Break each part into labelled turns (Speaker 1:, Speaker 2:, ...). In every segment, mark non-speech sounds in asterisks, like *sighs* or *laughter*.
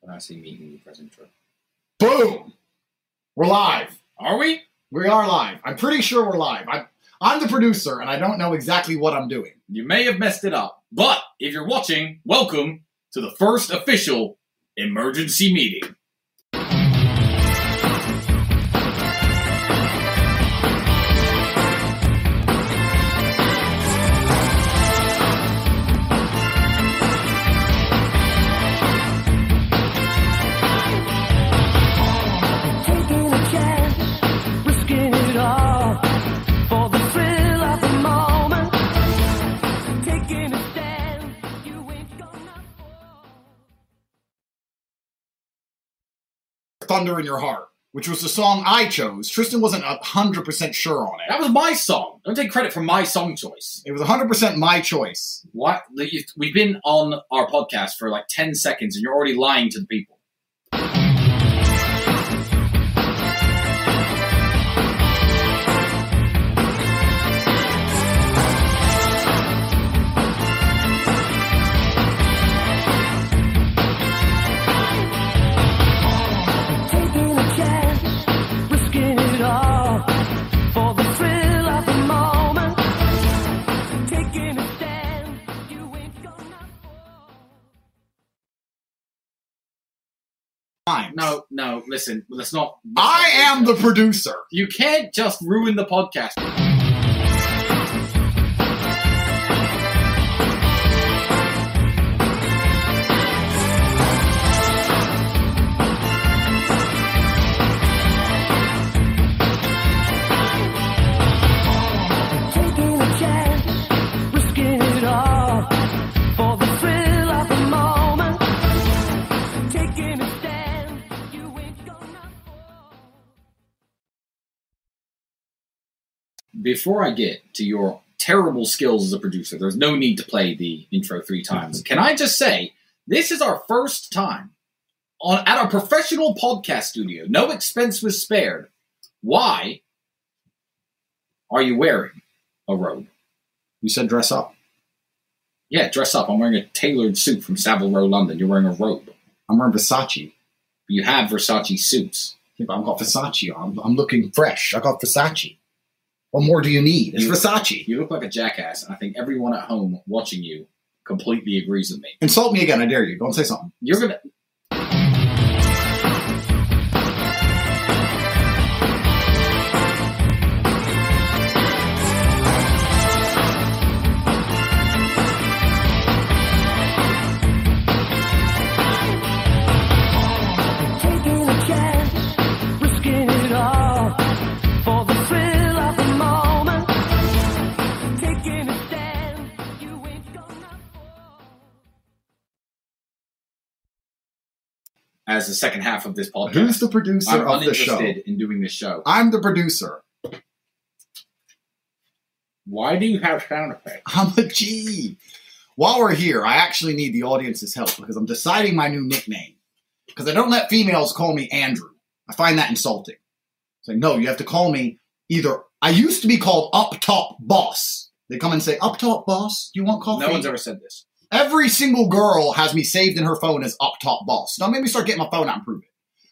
Speaker 1: When I say meet and present trip.
Speaker 2: Boom! We're live.
Speaker 1: Are we?
Speaker 2: We are live. I'm pretty sure we're live. I'm, I'm the producer, and I don't know exactly what I'm doing.
Speaker 1: You may have messed it up, but if you're watching, welcome to the first official emergency meeting.
Speaker 3: Taking a chance, risking it all for the thrill of the moment. Taking a stand, you ain't gonna fall.
Speaker 2: Thunder in Your Heart, which was the song I chose. Tristan wasn't 100% sure on it.
Speaker 1: That was my song. Don't take credit for my song choice.
Speaker 2: It was 100% my choice.
Speaker 1: What? We've been on our podcast for like 10 seconds and you're already lying to the people.
Speaker 3: Taking a chance, risking it all for the thrill of the moment. Taking a stand, you ain't gonna fall.
Speaker 2: Fine.
Speaker 1: No, no, listen, let's not. let's
Speaker 2: I
Speaker 1: not-
Speaker 2: am the producer.
Speaker 1: You can't just ruin the podcast.
Speaker 3: Taking a chance, risking it all for the thrill of the moment. Taking a stand, you ain't gonna fall.
Speaker 1: Before I get to your terrible skills as a producer, there's no need to play the intro three times. Can I just say this is our first time on at our professional podcast studio. No expense was spared. Why are you wearing a robe?
Speaker 2: You said dress up.
Speaker 1: Yeah, dress up. I'm wearing a tailored suit from Savile Row, London. You're wearing a robe.
Speaker 2: I'm wearing Versace.
Speaker 1: You have Versace suits.
Speaker 2: Yeah, but I've got Versace on. I'm, I'm looking fresh. I got Versace. What more do you need? It's
Speaker 1: You-
Speaker 2: Versace.
Speaker 1: You look like a jackass, and I think everyone at home watching you completely agrees with me.
Speaker 2: Insult me again, I dare you. Go and say something.
Speaker 1: You're gonna.
Speaker 3: Taking a chance, risking it all for the thrill of the moment. Taking a stand, you ain't gonna fall.
Speaker 1: as the second half of this podcast.
Speaker 2: Who's the producer
Speaker 1: I'm
Speaker 2: of the show?
Speaker 1: uninterested in doing this show.
Speaker 2: I'm the producer.
Speaker 1: Why do you have sound effects?
Speaker 2: *laughs* I'm a G. While we're here, I actually need the audience's help because I'm deciding my new nickname. Because I don't let females call me Andrew. I find that insulting. It's like, no, you have to call me either. I used to be called Up Top Boss. They come and say, Up Top Boss, do you want coffee?
Speaker 1: No one's ever said this.
Speaker 2: Every single girl has me saved in her phone as Up Top Boss. Now, maybe start getting my phone out and prove it.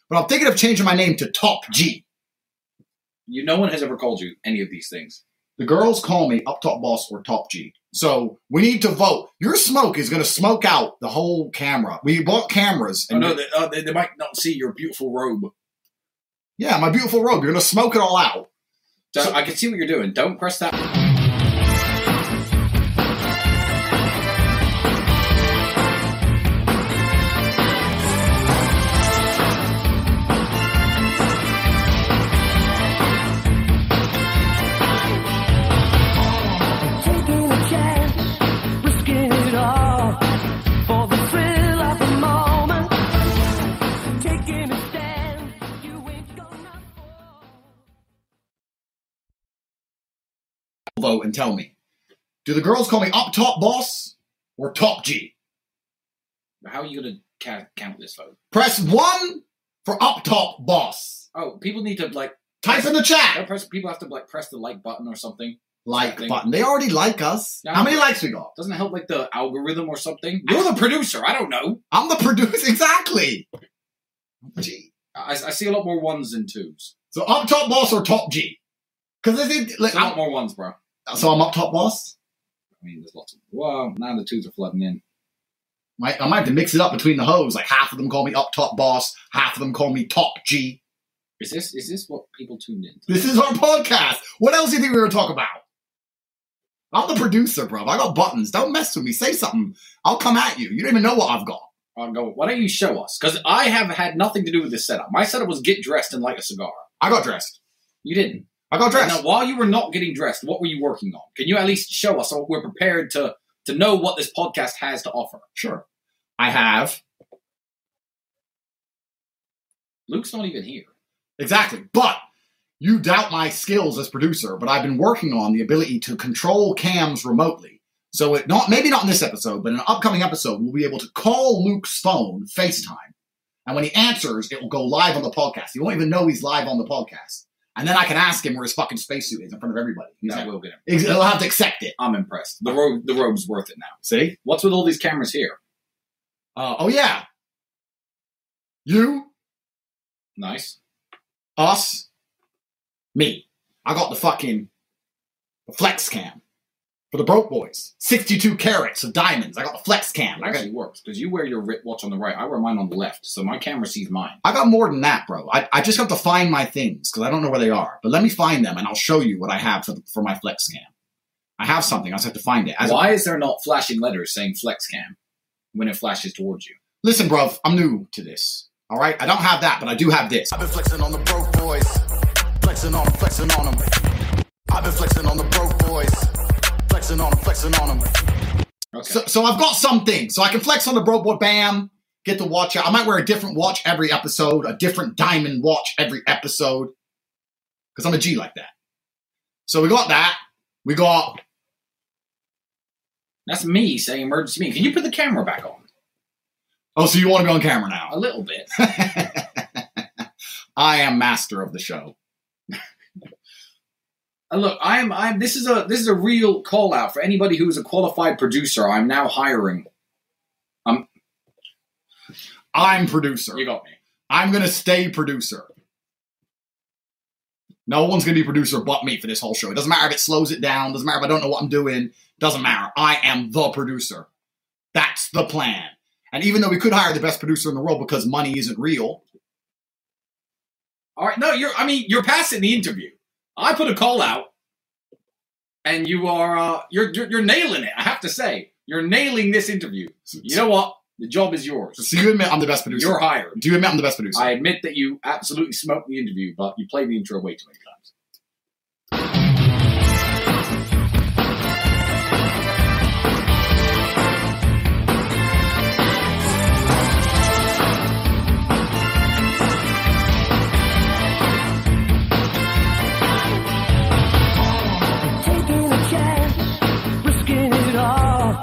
Speaker 2: But I'm thinking of changing my name to Top G.
Speaker 1: You, no one has ever called you any of these things.
Speaker 2: The girls call me up top boss or top G. So we need to vote. Your smoke is going to smoke out the whole camera. We bought cameras.
Speaker 1: Oh, no, they, oh, they, they might not see your beautiful robe.
Speaker 2: yeah, my beautiful robe. You're going to smoke it all out.
Speaker 1: So,
Speaker 2: So-
Speaker 1: I can see what you're doing. Don't press that.
Speaker 3: Taking a chance, risking it all for the thrill of the moment. Taking a stand, you ain't gonna fall.
Speaker 2: Vote and tell me. Do the girls call me up top boss or top G?
Speaker 1: How are you going to ca- count this vote?
Speaker 2: Press one for up top boss.
Speaker 1: Oh, people need to like.
Speaker 2: Type in the
Speaker 1: Don't
Speaker 2: chat.
Speaker 1: press. People have to like press the like button or something.
Speaker 2: like
Speaker 1: Thing.
Speaker 2: button. They already like us.
Speaker 1: Yeah.
Speaker 2: How many likes we got?
Speaker 1: Doesn't it help like the algorithm or something? You're the producer. I don't know.
Speaker 2: I'm the *laughs* producer. Exactly. G.
Speaker 1: I, I see a lot more ones and twos.
Speaker 2: So up top boss or top G? Because I think like,
Speaker 1: There's a lot more ones, bro. I
Speaker 2: I'm- so I'm up top boss.
Speaker 1: mean, there's lots of. Well, now the twos are flooding in.
Speaker 2: Might, I might have to mix it up between the hoes. Like half of them call me up top boss, half of them call me top G.
Speaker 1: Is this is this what people tuned in?
Speaker 2: This is our podcast. What else do you think we were gonna talk about? I'm the producer, bro. I got buttons. Don't mess with me. Say something. I'll come at you. You don't even know what I've got.
Speaker 1: I'll go. Why don't you show us? Because I have had nothing to do with this setup. My setup was get dressed and light a cigar.
Speaker 2: I got dressed.
Speaker 1: You didn't.
Speaker 2: I got dressed.
Speaker 1: Now, while you were not getting dressed, what were you working on? Can you at least show us so we're prepared to to know what this podcast has to offer?
Speaker 2: Sure. I have.
Speaker 1: Luke's not even here.
Speaker 2: Exactly. But you doubt my skills as producer, but I've been working on the ability to control cams remotely. So it not maybe not in this episode, but in an upcoming episode, we'll be able to call Luke's phone FaceTime. And when he answers, it will go live on the podcast. He won't even know he's live on the podcast. And then I can ask him where his fucking spacesuit is in front of everybody. He's
Speaker 1: That
Speaker 2: like,
Speaker 1: will get him.
Speaker 2: "Ex- he'll have to accept it.
Speaker 1: I'm impressed. The robe the robe's worth it now.
Speaker 2: See?
Speaker 1: What's with all these cameras here?
Speaker 2: Uh, oh yeah. You,
Speaker 1: Nice.
Speaker 2: us, me. I got the fucking the flex cam for the broke boys. 62 carats of diamonds. I got the flex cam.
Speaker 1: It
Speaker 2: I got,
Speaker 1: actually works because you wear your writ watch on the right. I wear mine on the left, so my camera sees mine.
Speaker 2: I got more than that, bro. I, I just have to find my things because I don't know where they are. But let me find them and I'll show you what I have for, the, for my flex cam. I have something. I just have to find it. As-
Speaker 1: Why is there not flashing letters saying flex cam when it flashes towards you?
Speaker 2: Listen, bro, I'm new to this. All right? I don't have that, but I do have this.
Speaker 4: I've been flexing on the broke boys, flexing on 'em, flexing on 'em. I've been flexing on the broke boys, flexing on 'em, flexing on 'em.
Speaker 1: Okay.
Speaker 2: So, so I've got some things. So I can flex on the broke boy, bam, get the watch out. I might wear a different watch every episode, a different diamond watch every episode. Because I'm a G like that. So we got that. We got,
Speaker 1: That's me saying emergency meeting. Can you put the camera back on?
Speaker 2: oh, so you want to be on camera now? *laughs*
Speaker 1: A little bit.
Speaker 2: I am master of the show.
Speaker 1: And look, I am I'm this is a this is a real call out for anybody who is a qualified producer. I'm now hiring.
Speaker 2: I'm producer.
Speaker 1: You got me.
Speaker 2: I'm going to stay producer. No one's going to be producer but me for this whole show. It doesn't matter if it slows it down. Doesn't matter if I don't know what I'm doing. Doesn't matter. I am the producer. That's the plan. And even though we could hire the best producer in the world because money isn't real,
Speaker 1: All right. No, you're I mean, you're passing the interview. I put a call out and you are uh you're you're, you're nailing it. I have to say. You're nailing this interview. You know what? The job is yours.
Speaker 2: so you admit I'm the best producer.
Speaker 1: You're hired.
Speaker 2: Do you admit I'm the best producer?
Speaker 1: I admit that you absolutely smoked the interview, but you played the intro way too many times.
Speaker 3: Taking a chance, risking it all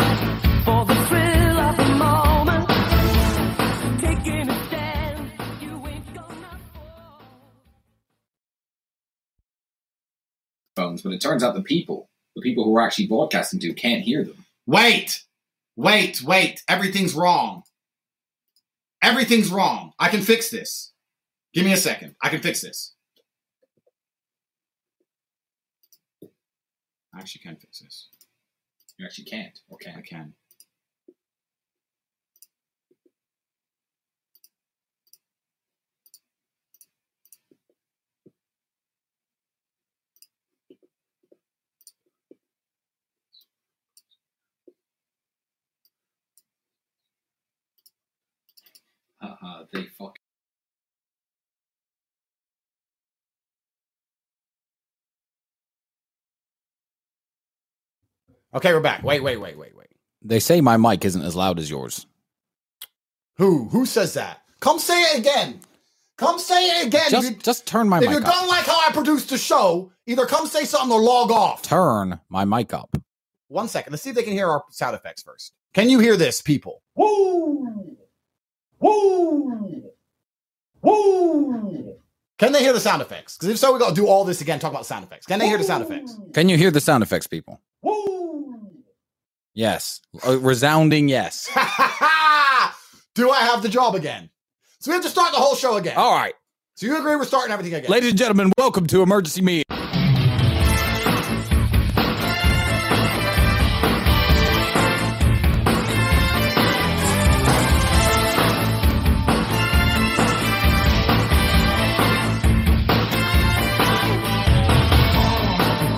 Speaker 3: for the thrill of the moment. Taking a stand, you ain't gonna fall.
Speaker 1: Phones, but it turns out the people, the people who are actually broadcasting to, can't hear them.
Speaker 2: Wait, wait, wait. Everything's wrong. Everything's wrong. I can fix this. Give me a second. I can fix this. I actually can fix this.
Speaker 1: You actually can't or
Speaker 2: I
Speaker 1: can.
Speaker 2: can.
Speaker 1: Uh, they fuck.
Speaker 5: Okay, we're back. Wait, wait, wait, wait, wait.
Speaker 1: They say my mic isn't as loud as yours.
Speaker 5: Who? Who?
Speaker 2: Who says that? Come say it again. Come say it again. if you,
Speaker 5: Just, just turn my
Speaker 2: if you
Speaker 5: mic up.
Speaker 2: don't like how I produced the show, either come say something or log off.
Speaker 5: Turn my mic up.
Speaker 2: One second. Let's see if they can hear our sound effects first. Can you hear this, people?
Speaker 6: Woo! Woo! Woo!
Speaker 2: Can they hear the sound effects? Because if so, we got to do all this again. Talk about sound effects. Can they hear the sound effects?
Speaker 7: Can you hear the sound effects, people?
Speaker 8: Woo!
Speaker 7: Yes. A resounding yes.
Speaker 2: *laughs* do I have the job again? So we have to start the whole show again.
Speaker 7: All right.
Speaker 2: So you agree we're starting everything again?
Speaker 7: Ladies and gentlemen, welcome to Emergency Meeting.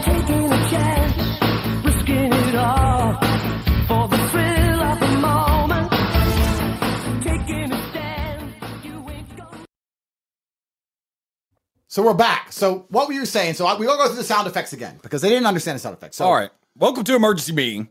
Speaker 3: Taking a chance, risking it all for the thrill of the moment. Taking a stand, you ain't gonna.
Speaker 2: So we're back. So what were you saying? So I, we all go through the sound effects again because they didn't understand the sound effects. So
Speaker 7: All right. Welcome to Emergency Meeting.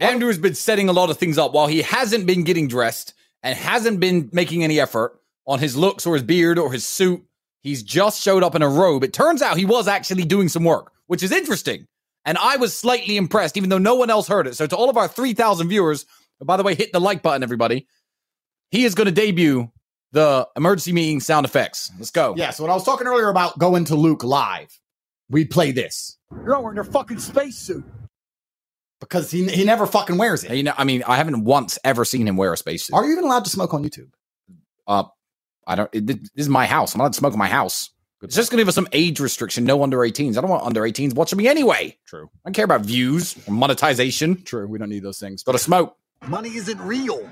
Speaker 7: Andrew has been setting a lot of things up while he hasn't been getting dressed and hasn't been making any effort on his looks or his beard or his suit. He's just showed up in a robe. It turns out he was actually doing some work, which is interesting. And I was slightly impressed, even though no one else heard it. So, to all of our 3,000 viewers, and by the way, hit the like button, everybody. He is going to debut the emergency meeting sound effects. Let's go.
Speaker 2: Yeah. So when I was talking earlier about going to Luke live, we'd play this
Speaker 9: You're not wearing your fucking spacesuit.
Speaker 2: because he he never fucking wears it.
Speaker 7: You know, I mean, I haven't once ever seen him wear a spacesuit.
Speaker 2: Are you even allowed to smoke on YouTube?
Speaker 7: I don't. It, this is my house. I'm not smoking my house. It's just gonna give us some age restriction. No under 18s. I don't want under 18s watching me anyway.
Speaker 2: True.
Speaker 7: I don't care about views or monetization.
Speaker 2: True. We don't need those things.
Speaker 7: Got to smoke.
Speaker 10: Money isn't real.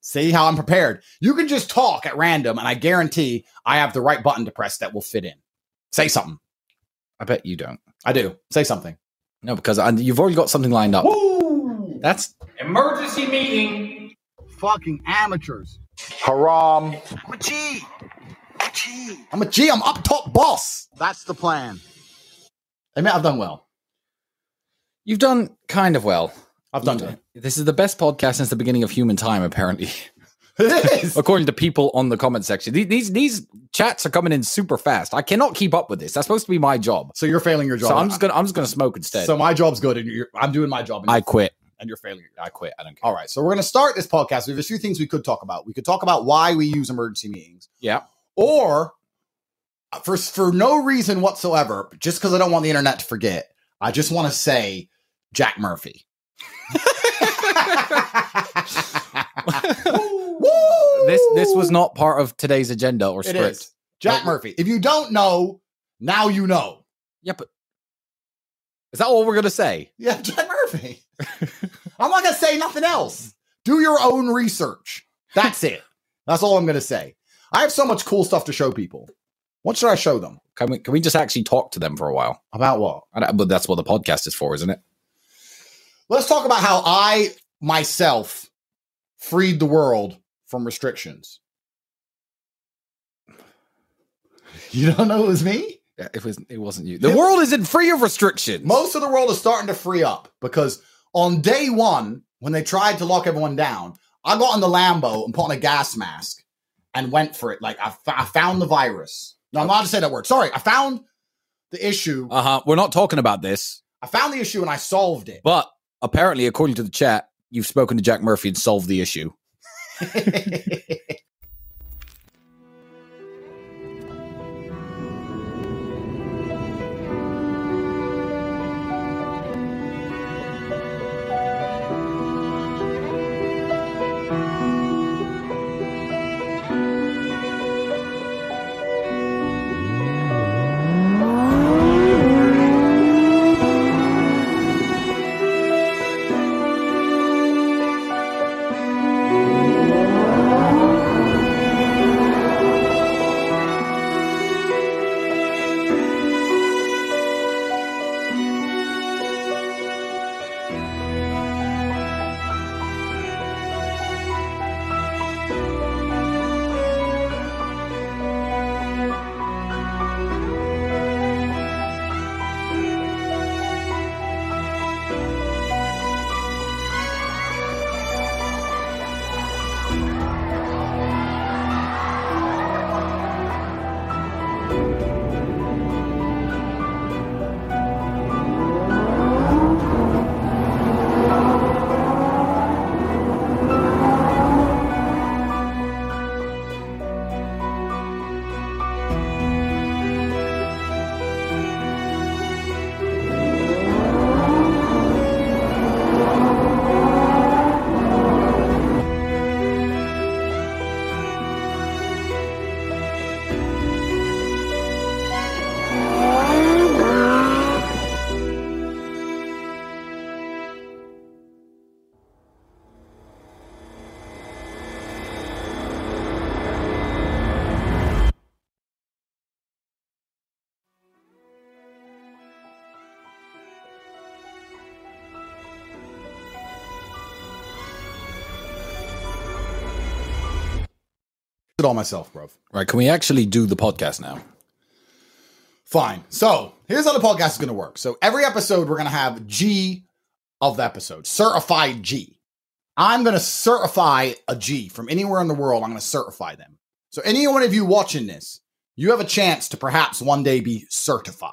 Speaker 2: See how I'm prepared. You can just talk at random, and I guarantee I have the right button to press that will fit in. Say something.
Speaker 7: I bet you don't.
Speaker 2: I do. Say something.
Speaker 7: No, because I, you've already got something lined up. That's
Speaker 1: Emergency meeting.
Speaker 9: Fucking amateurs.
Speaker 2: Haram.
Speaker 10: I'm a G. A G.
Speaker 2: I'm a G. I'm up top boss.
Speaker 9: That's the plan.
Speaker 2: I mean, I've done well.
Speaker 7: you've done kind of well.
Speaker 2: I've done good.
Speaker 7: This is the best podcast since the beginning of human
Speaker 2: *laughs*
Speaker 7: time, apparently,
Speaker 2: It is.
Speaker 7: according to people on the comment section. These, these these chats are coming in super fast. I cannot keep up with this. That's supposed to be my job.
Speaker 2: *laughs* So you're failing your job.
Speaker 7: So I'm just gonna I'm just gonna smoke instead.
Speaker 2: So my job's good, and you're, I'm doing my job. And
Speaker 7: I quit.
Speaker 2: and you're failing.
Speaker 7: I quit. I don't care.
Speaker 2: All right, so we're going to start this podcast. We have a few things we could talk about. We could talk about why we use emergency meetings,
Speaker 7: Yeah.
Speaker 2: or for for no reason whatsoever, just because I don't want the internet to forget. I just want to say Jack Murphy. *laughs*
Speaker 7: *laughs*
Speaker 2: Woo!
Speaker 7: This this was not part of today's agenda or
Speaker 2: It
Speaker 7: script.
Speaker 2: is. Jack Murphy. If you don't know, now you know.
Speaker 7: Yeah, but is that all we're gonna say?
Speaker 2: Yeah, Jack Murphy. *laughs* I'm not gonna say nothing else. Do your own research. That's it. That's all I'm gonna say. I have so much cool stuff to show people. What should I show them?
Speaker 7: Can we can we just actually talk to them for a while?
Speaker 2: About what?
Speaker 7: I don't, but that's what the podcast is for, isn't it?
Speaker 2: Let's talk about how I myself freed the world from restrictions. You don't know it was me?
Speaker 7: Yeah, it was it wasn't you. The world isn't free of restrictions.
Speaker 2: Most of the world is starting to free up because on day one, when they tried to lock everyone down, I got in the Lambo and put on a gas mask and went for it. Like I, f- I found the virus. No, I'm not allowed to say that word. Sorry, I found the issue.
Speaker 7: uh huh. We're not talking about this,
Speaker 2: I found the issue and I solved it.
Speaker 7: but apparently, according to the chat, you've spoken to Jack Murphy and solved the issue.
Speaker 2: *laughs* it on myself, bro.
Speaker 7: Right? Can we actually do the podcast now?
Speaker 2: Fine. So here's how the podcast is going to work. So every episode, we're going to have G of the episode, certified G. I'm going to certify a G from anywhere in the world. I'm going to certify them. So any one of you watching this, you have a chance to perhaps one day be certified.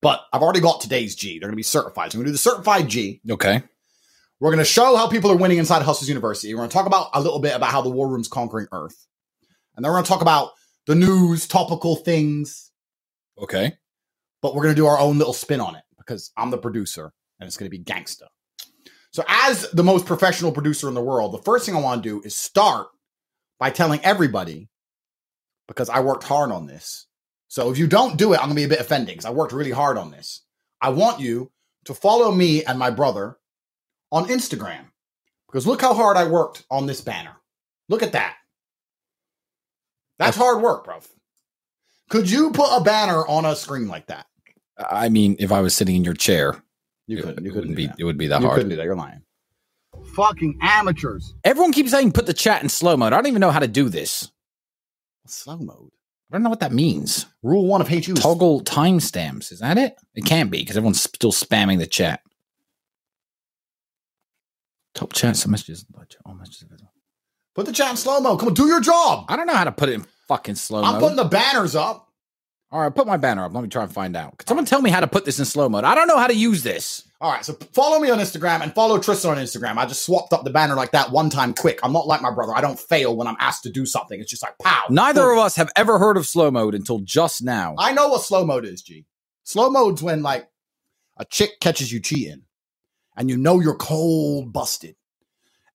Speaker 2: But I've already got today's G. They're going to be certified. So I'm going to do the certified G.
Speaker 7: Okay.
Speaker 2: We're going to show how people are winning inside Hustlers University. We're going to talk about a little bit about how the war room's conquering Earth. And then we're going to talk about the news, topical things,
Speaker 7: Okay.
Speaker 2: but we're going to do our own little spin on it because I'm the producer and it's going to be gangsta. So, as the most professional producer in the world, the first thing I want to do is start by telling everybody because I worked hard on this. So, if you don't do it, I'm going to be a bit offended because I worked really hard on this. I want you to follow me and my brother on Instagram because look how hard I worked on this banner. Look at that. That's hard work, bro. Could you put a banner on a screen like that?
Speaker 7: I mean, if I was sitting in your chair,
Speaker 2: You
Speaker 7: it,
Speaker 2: couldn't. You couldn't
Speaker 7: it wouldn't
Speaker 2: be.
Speaker 7: be.
Speaker 2: That.
Speaker 7: It would be that
Speaker 2: you
Speaker 7: hard.
Speaker 2: couldn't do that. You're lying.
Speaker 9: Fucking amateurs.
Speaker 7: Everyone keeps saying put the chat in slow mode. I don't even know how to do this.
Speaker 2: Slow mode.
Speaker 7: I don't know what that means.
Speaker 2: Rule one of hate you.
Speaker 7: Toggle timestamps. Is that it? It can't be because everyone's still spamming the chat. Top chat so messages. All messages. available.
Speaker 2: Put the chat in slow mode. Come on, do your job.
Speaker 7: I don't know how to put it in fucking slow
Speaker 2: I'm
Speaker 7: mode.
Speaker 2: putting the banners up.
Speaker 7: All right, put my banner up. Let me try and find out. Could someone tell me how to put this in slow mode? I don't know how to use this.
Speaker 2: All right, so follow me on Instagram and follow Tristan on Instagram. I just swapped up the banner like that one time quick. I'm not like my brother. I don't fail when I'm asked to do something. It's just like pow.
Speaker 7: Neither of us have ever heard of slow mode until just now.
Speaker 2: I know what slow mode is, G. Slow mode's when like a chick catches you cheating, and you know you're cold busted,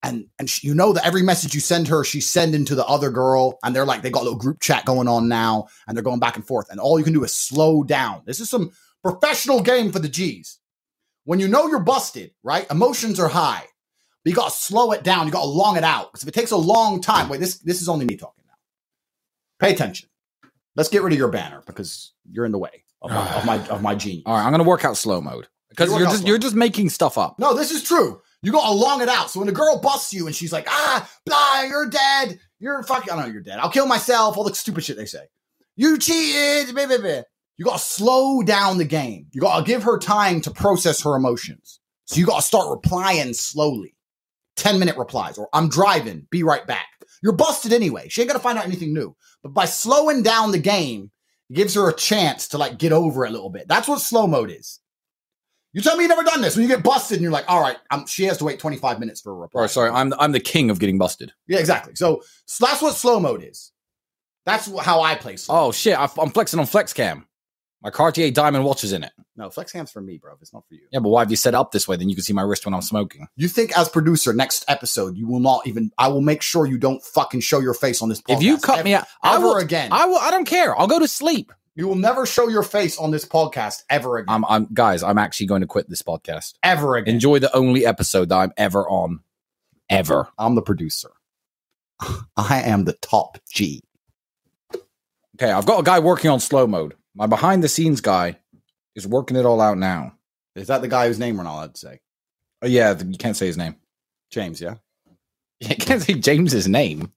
Speaker 2: and and sh- you know that every message you send her, she's sending to the other girl, and they're like they got a little group chat going on now, and they're going back and forth, and all you can do is slow down. This is some professional game for the G's. When you know you're busted, right? Emotions are high, but you got to slow it down. You got to long it out because if it takes a long time, wait, this this is only me talking now. Pay attention. Let's get rid of your banner because you're in the way of my of my,
Speaker 7: *sighs*
Speaker 2: of my genius.
Speaker 7: All right, I'm going to work out slow mode because
Speaker 2: You work
Speaker 7: you're
Speaker 2: out
Speaker 7: just
Speaker 2: slow
Speaker 7: you're
Speaker 2: mode.
Speaker 7: just making stuff up.
Speaker 2: No, this is true. You gotta long it out. So when a girl busts you and she's like, ah, blah, you're dead. You're fucking, I don't know, you're dead. I'll kill myself. All the stupid shit they say. You cheated. Blah, blah, blah. You gotta slow down the game. You gotta give her time to process her emotions. So you gotta start replying slowly. 10 minute replies or I'm driving. Be right back. You're busted anyway. She ain't gonna find out anything new. But by slowing down the game, it gives her a chance to like get over it a little bit. That's what slow mode is. You tell me you never done this. When you get busted, and you're like, all right, um, she has to wait 25 minutes for a reply.
Speaker 7: Or sorry, I'm I'm the king of getting busted.
Speaker 2: Yeah, exactly. So, so that's what slow mode is. That's wh- how I play slow.
Speaker 7: Oh shit, I, I'm flexing on Flexcam. My Cartier diamond watch is in it.
Speaker 2: No, flex ham's for me, bro. It's not for you.
Speaker 7: Yeah, but why have you set it up this way? Then you can see my wrist when I'm smoking.
Speaker 2: You think as producer, next episode, you will not even. I will make sure you don't fucking show your face on this. podcast.
Speaker 7: if you cut
Speaker 2: ev-
Speaker 7: me out, I
Speaker 2: ever
Speaker 7: will.
Speaker 2: again,
Speaker 7: I will. I don't care. I'll go to sleep.
Speaker 2: you will never show your face on this podcast ever again.
Speaker 7: I'm. I'm guys. I'm actually going to quit this podcast.
Speaker 2: ever again.
Speaker 7: Enjoy the only episode that I'm ever on, ever.
Speaker 2: I'm the producer. *laughs* I am the top G.
Speaker 7: Okay, I've got a guy working on slow mode. My behind the scenes guy is working it all out now.
Speaker 2: Is that the guy whose name we're not allowed to say?
Speaker 7: Oh, yeah, th- you can't say his name.
Speaker 2: James, yeah.
Speaker 7: *laughs* You can't say James's name.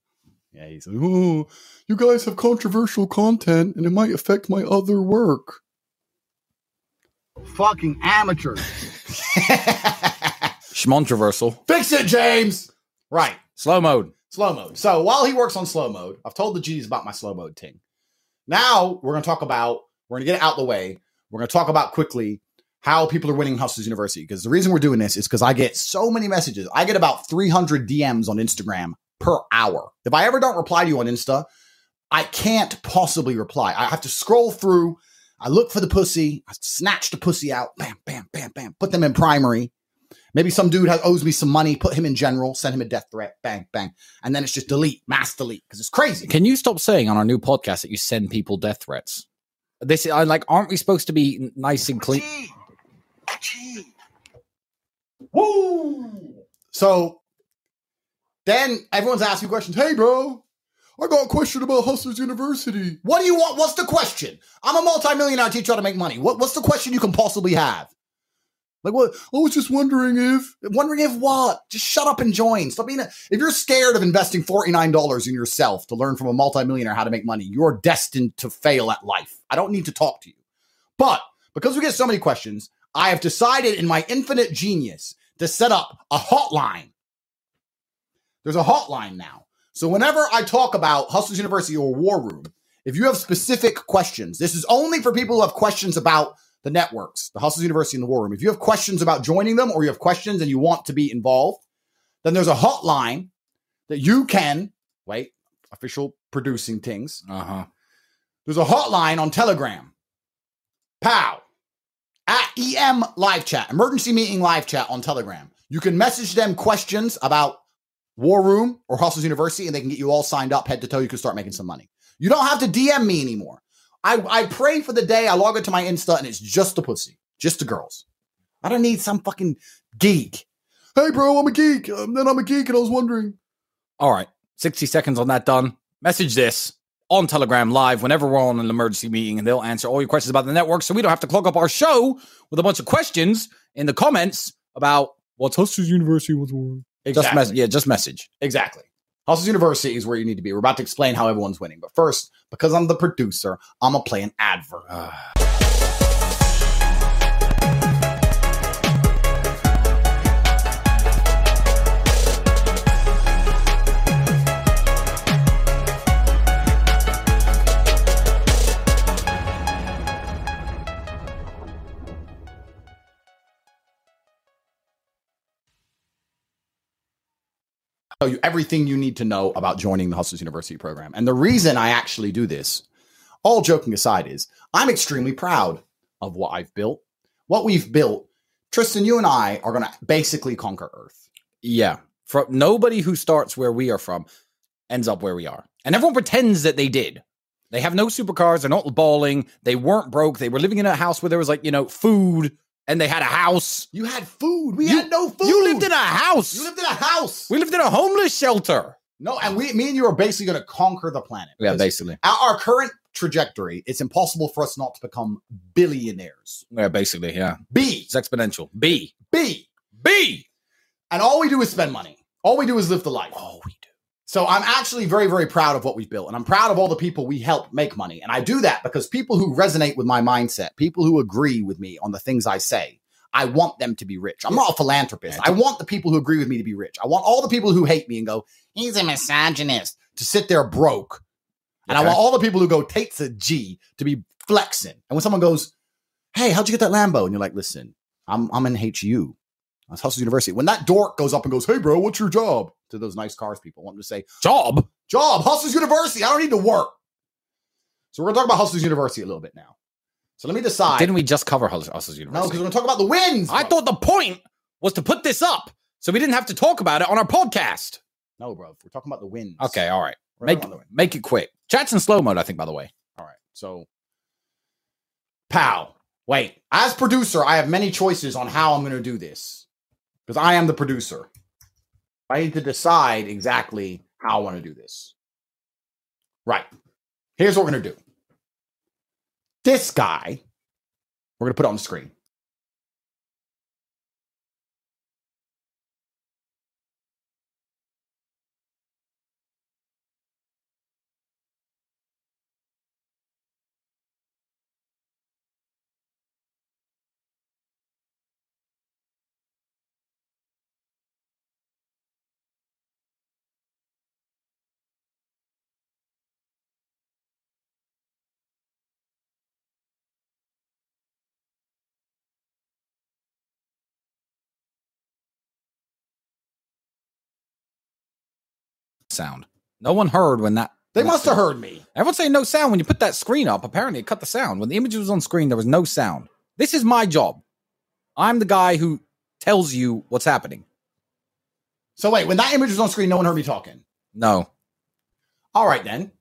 Speaker 2: Yeah, he's like, oh, you guys have controversial content and it might affect my other work. *laughs*
Speaker 9: Fucking amateurs.
Speaker 7: Schmontroversal.
Speaker 2: Fix it, James. Right.
Speaker 7: Slow mode.
Speaker 2: Slow mode. So while he works on slow mode, I've told the G's about my slow mode ting. Now we're going to talk about, we're going to get it out of the way. We're going to talk about quickly how people are winning Hustlers University. Because the reason we're doing this is because I get so many messages. I get about 300 DMs on Instagram per hour. If I ever don't reply to you on Insta, I can't possibly reply. I have to scroll through. I look for the pussy. I snatch the pussy out. Bam, bam, bam, bam. Put them in primary. Maybe some dude has, owes me some money. Put him in general. Send him a death threat. Bang, bang. And then it's just delete, mass delete, because it's crazy.
Speaker 7: Can you stop saying on our new podcast that you send people death threats? This is I like. Aren't we supposed to be n- nice and clean?
Speaker 9: Gee. Gee.
Speaker 2: So then everyone's asking questions. Hey, bro, I got a question about Hustlers University. What do you want? What's the question? I'm a multimillionaire teacher how to make money. What, what's the question you can possibly have? Like, what? I was just wondering if. Wondering if what? Just shut up and join. Stop being. A, if you're scared of investing $49 in yourself to learn from a multimillionaire how to make money, you're destined to fail at life. I don't need to talk to you. But because we get so many questions, I have decided in my infinite genius to set up a hotline. There's a hotline now. So whenever I talk about Hustlers University or War Room, if you have specific questions, this is only for people who have questions about the networks, the Hustlers University and the War Room. If you have questions about joining them or you have questions and you want to be involved, then there's a hotline that you can wait, official producing things.
Speaker 7: Uh huh.
Speaker 2: There's a hotline on Telegram. Pow. At EM live chat, emergency meeting live chat on Telegram. You can message them questions about War Room or Hustlers University, and they can get you all signed up head to toe. You can start making some money. You don't have to DM me anymore. I, I pray for the day I log into my Insta and it's just the pussy, just the girls. I don't need some fucking geek. Hey, bro, I'm a geek. Um, then I'm a geek, and I was wondering.
Speaker 7: All right. 60 seconds on that done. Message this on Telegram live whenever we're on an emergency meeting, and they'll answer all your questions about the network. So we don't have to clog up our show with a bunch of questions in the comments about what's Hustlers University, what's War. Just
Speaker 2: Exactly.
Speaker 7: mess- yeah, just message.
Speaker 2: Exactly. Hustlers University is where you need to be. We're about to explain how everyone's winning. But first, because I'm the producer, I'm going to play an advert.
Speaker 7: Ah.
Speaker 2: tell you everything you need to know about joining the Hustlers University program. And the reason I actually do this, all joking aside, is I'm extremely proud of what I've built. What we've built, Tristan, you and I are going to basically conquer Earth.
Speaker 7: Yeah. From nobody who starts where we are from ends up where we are. And everyone pretends that they did. They have no supercars, they're not balling, they weren't broke, they were living in a house where there was like, you know, food and they had a house.
Speaker 2: You had food. We
Speaker 7: You-
Speaker 2: had no food.
Speaker 7: You lived in a house.
Speaker 2: You lived in a house.
Speaker 7: we lived in a homeless shelter.
Speaker 2: no, and we, me and you are basically going to conquer the planet. Because
Speaker 7: basically.
Speaker 2: at our current trajectory, it's impossible for us not to become billionaires.
Speaker 7: Yeah, basically, yeah.
Speaker 2: B,
Speaker 7: It's exponential. B.
Speaker 2: B,
Speaker 7: B.
Speaker 2: and all we do is spend money. All we do is live the life.
Speaker 7: Oh, we do.
Speaker 2: So I'm actually very, very proud of what we've built. And I'm proud of all the people we help make money. And I do that because people who resonate with my mindset, people who agree with me on the things I say, I want them to be rich. I'm not a philanthropist. I want the people who agree with me to be rich. I want all the people who hate me and go, he's a misogynist, to sit there broke. And I
Speaker 7: Okay.
Speaker 2: want all the people who go, Tate's a G, to be flexing. And when someone goes, hey, how'd you get that Lambo? And you're like, listen, I'm, I'm in HU. I was Hustle University. When that dork goes up and goes, hey, bro, what's your job? To those nice cars people, I want them to say,
Speaker 7: Job.
Speaker 2: job, Hustlers University. I don't need to work. So we're gonna talk about Hustlers University a little bit now. So let me decide.
Speaker 7: Didn't we just cover Hus- Hustlers
Speaker 2: no, because
Speaker 7: University?
Speaker 2: we're gonna talk about the wins.
Speaker 7: I
Speaker 2: bro.
Speaker 7: thought the point was to put this up so we didn't have to talk about it on our podcast.
Speaker 2: no, bro. We're talking about the wins.
Speaker 7: Okay, all right.
Speaker 2: We're
Speaker 7: Make
Speaker 2: talking about the win.
Speaker 7: make it quick. Chat's in slow mode, I think. By the way,
Speaker 2: All right. So, pow. Wait. As producer, I have many choices on how I'm gonna do this because I am the producer. I need to decide exactly how I want to do this. Right. Here's what we're gonna do. This guy, we're gonna put it on the screen.
Speaker 7: sound. No one heard when that.
Speaker 2: They
Speaker 7: when that-
Speaker 2: must have heard me.
Speaker 7: Everyone saying no sound when you put that screen up. Apparently, it cut the sound. When the image was on screen, there was no sound. This is my job. I'm the guy who tells you what's happening.
Speaker 2: So wait, when that image was on screen, no one heard me talking.
Speaker 7: No,
Speaker 2: All right then.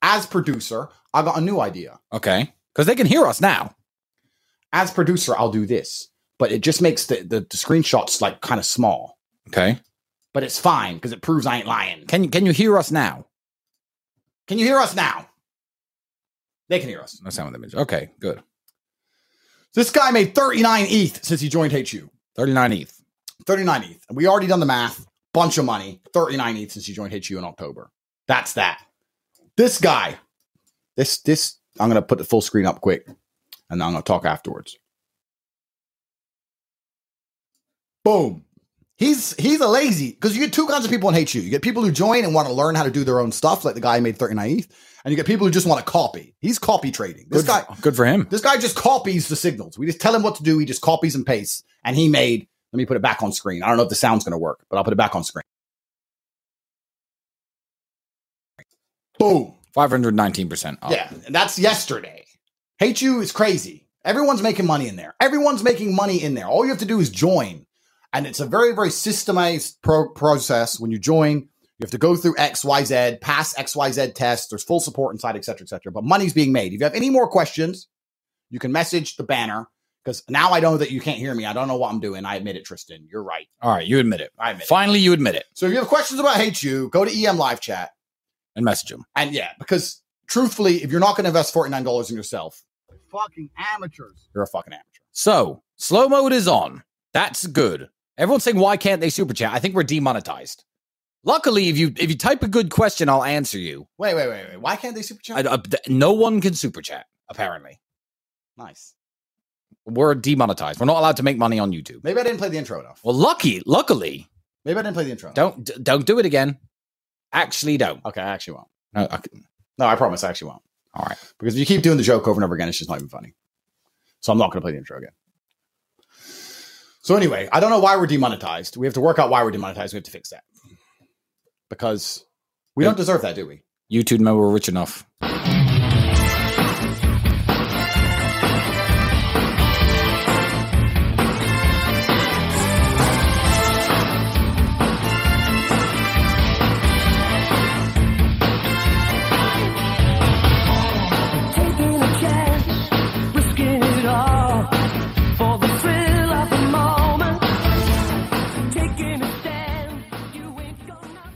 Speaker 2: As producer, I got a new idea.
Speaker 7: okay, because they can hear us now.
Speaker 2: As producer, I'll do this, but it just makes the the, the screenshots like kind of small.
Speaker 7: Okay,
Speaker 2: But it's fine because it proves I ain't lying.
Speaker 7: can you can you hear us now?
Speaker 2: Can you hear us now? They can hear us.
Speaker 7: No sound with image. Okay, good.
Speaker 2: this guy made 39 ETH since he joined HU.
Speaker 7: 39 ETH.
Speaker 2: 39 ETH. And we already done the math. Bunch of money. 39 ETH since he joined HU in October. That's that. This guy. This this I'm gonna put the full screen up quick and then I'm gonna talk afterwards. Boom. He's he's a lazy because you get two kinds of people in HU. You get people who join and want to learn how to do their own stuff, like the guy who made 39 ETH, and you get people who just want to copy. He's copy trading. This
Speaker 7: Good,
Speaker 2: guy
Speaker 7: good for him.
Speaker 2: this guy just copies the signals. We just tell him what to do. He just copies and pastes. And he made, let me put it back on screen. I don't know if the sound's going to work, but I'll put it back on screen. Boom.
Speaker 7: 519% up.
Speaker 2: Yeah. And that's yesterday. Hate you is crazy. Everyone's making money in there. Everyone's making money in there. All you have to do is join. And it's a very, very systemized pro- process. When you join, you have to go through X, Y, Z, pass X, Y, Z tests. There's full support inside, et cetera, et cetera. But money's being made. If you have any more questions, you can message the banner because now I know that you can't hear me. I don't know what I'm doing. I admit it, Tristan. You're right.
Speaker 7: All right, you admit it.
Speaker 2: I admit it.
Speaker 7: Finally, you admit it
Speaker 2: So if you have questions about hate you, go to EM live chat.
Speaker 7: and message him.
Speaker 2: And yeah, because truthfully, if you're not going to invest $49 in yourself,
Speaker 9: Fucking amateurs.
Speaker 2: you're a fucking amateur.
Speaker 7: So, slow mode is on. That's good. Everyone's saying, why can't they super chat? I think we're demonetized. Luckily, if you if you type a good question, I'll answer you.
Speaker 2: Wait, wait, wait, wait. Why can't they super chat?
Speaker 7: I, I- th- no one can super chat, apparently.
Speaker 2: nice.
Speaker 7: We're demonetized. We're not allowed to make money on YouTube.
Speaker 2: Maybe I didn't play the intro enough.
Speaker 7: Well, lucky, luckily,
Speaker 2: Maybe I didn't play the intro. enough.
Speaker 7: don't d- don't do it again. Actually, don't.
Speaker 2: Okay, I actually won't.
Speaker 7: No, I c-
Speaker 2: No, I promise, I actually won't.
Speaker 7: all right.
Speaker 2: Because if you keep doing the joke over and over again, it's just not even funny. So I'm not going to play the intro again. So anyway, I don't know why we're demonetized. We have to work out why we're demonetized. We have to fix that because we don't deserve that, do we?
Speaker 7: YouTube know we're rich enough.
Speaker 3: Taking a chance, risking it all for the thrill of the moment. Taking a stand, you ain't gonna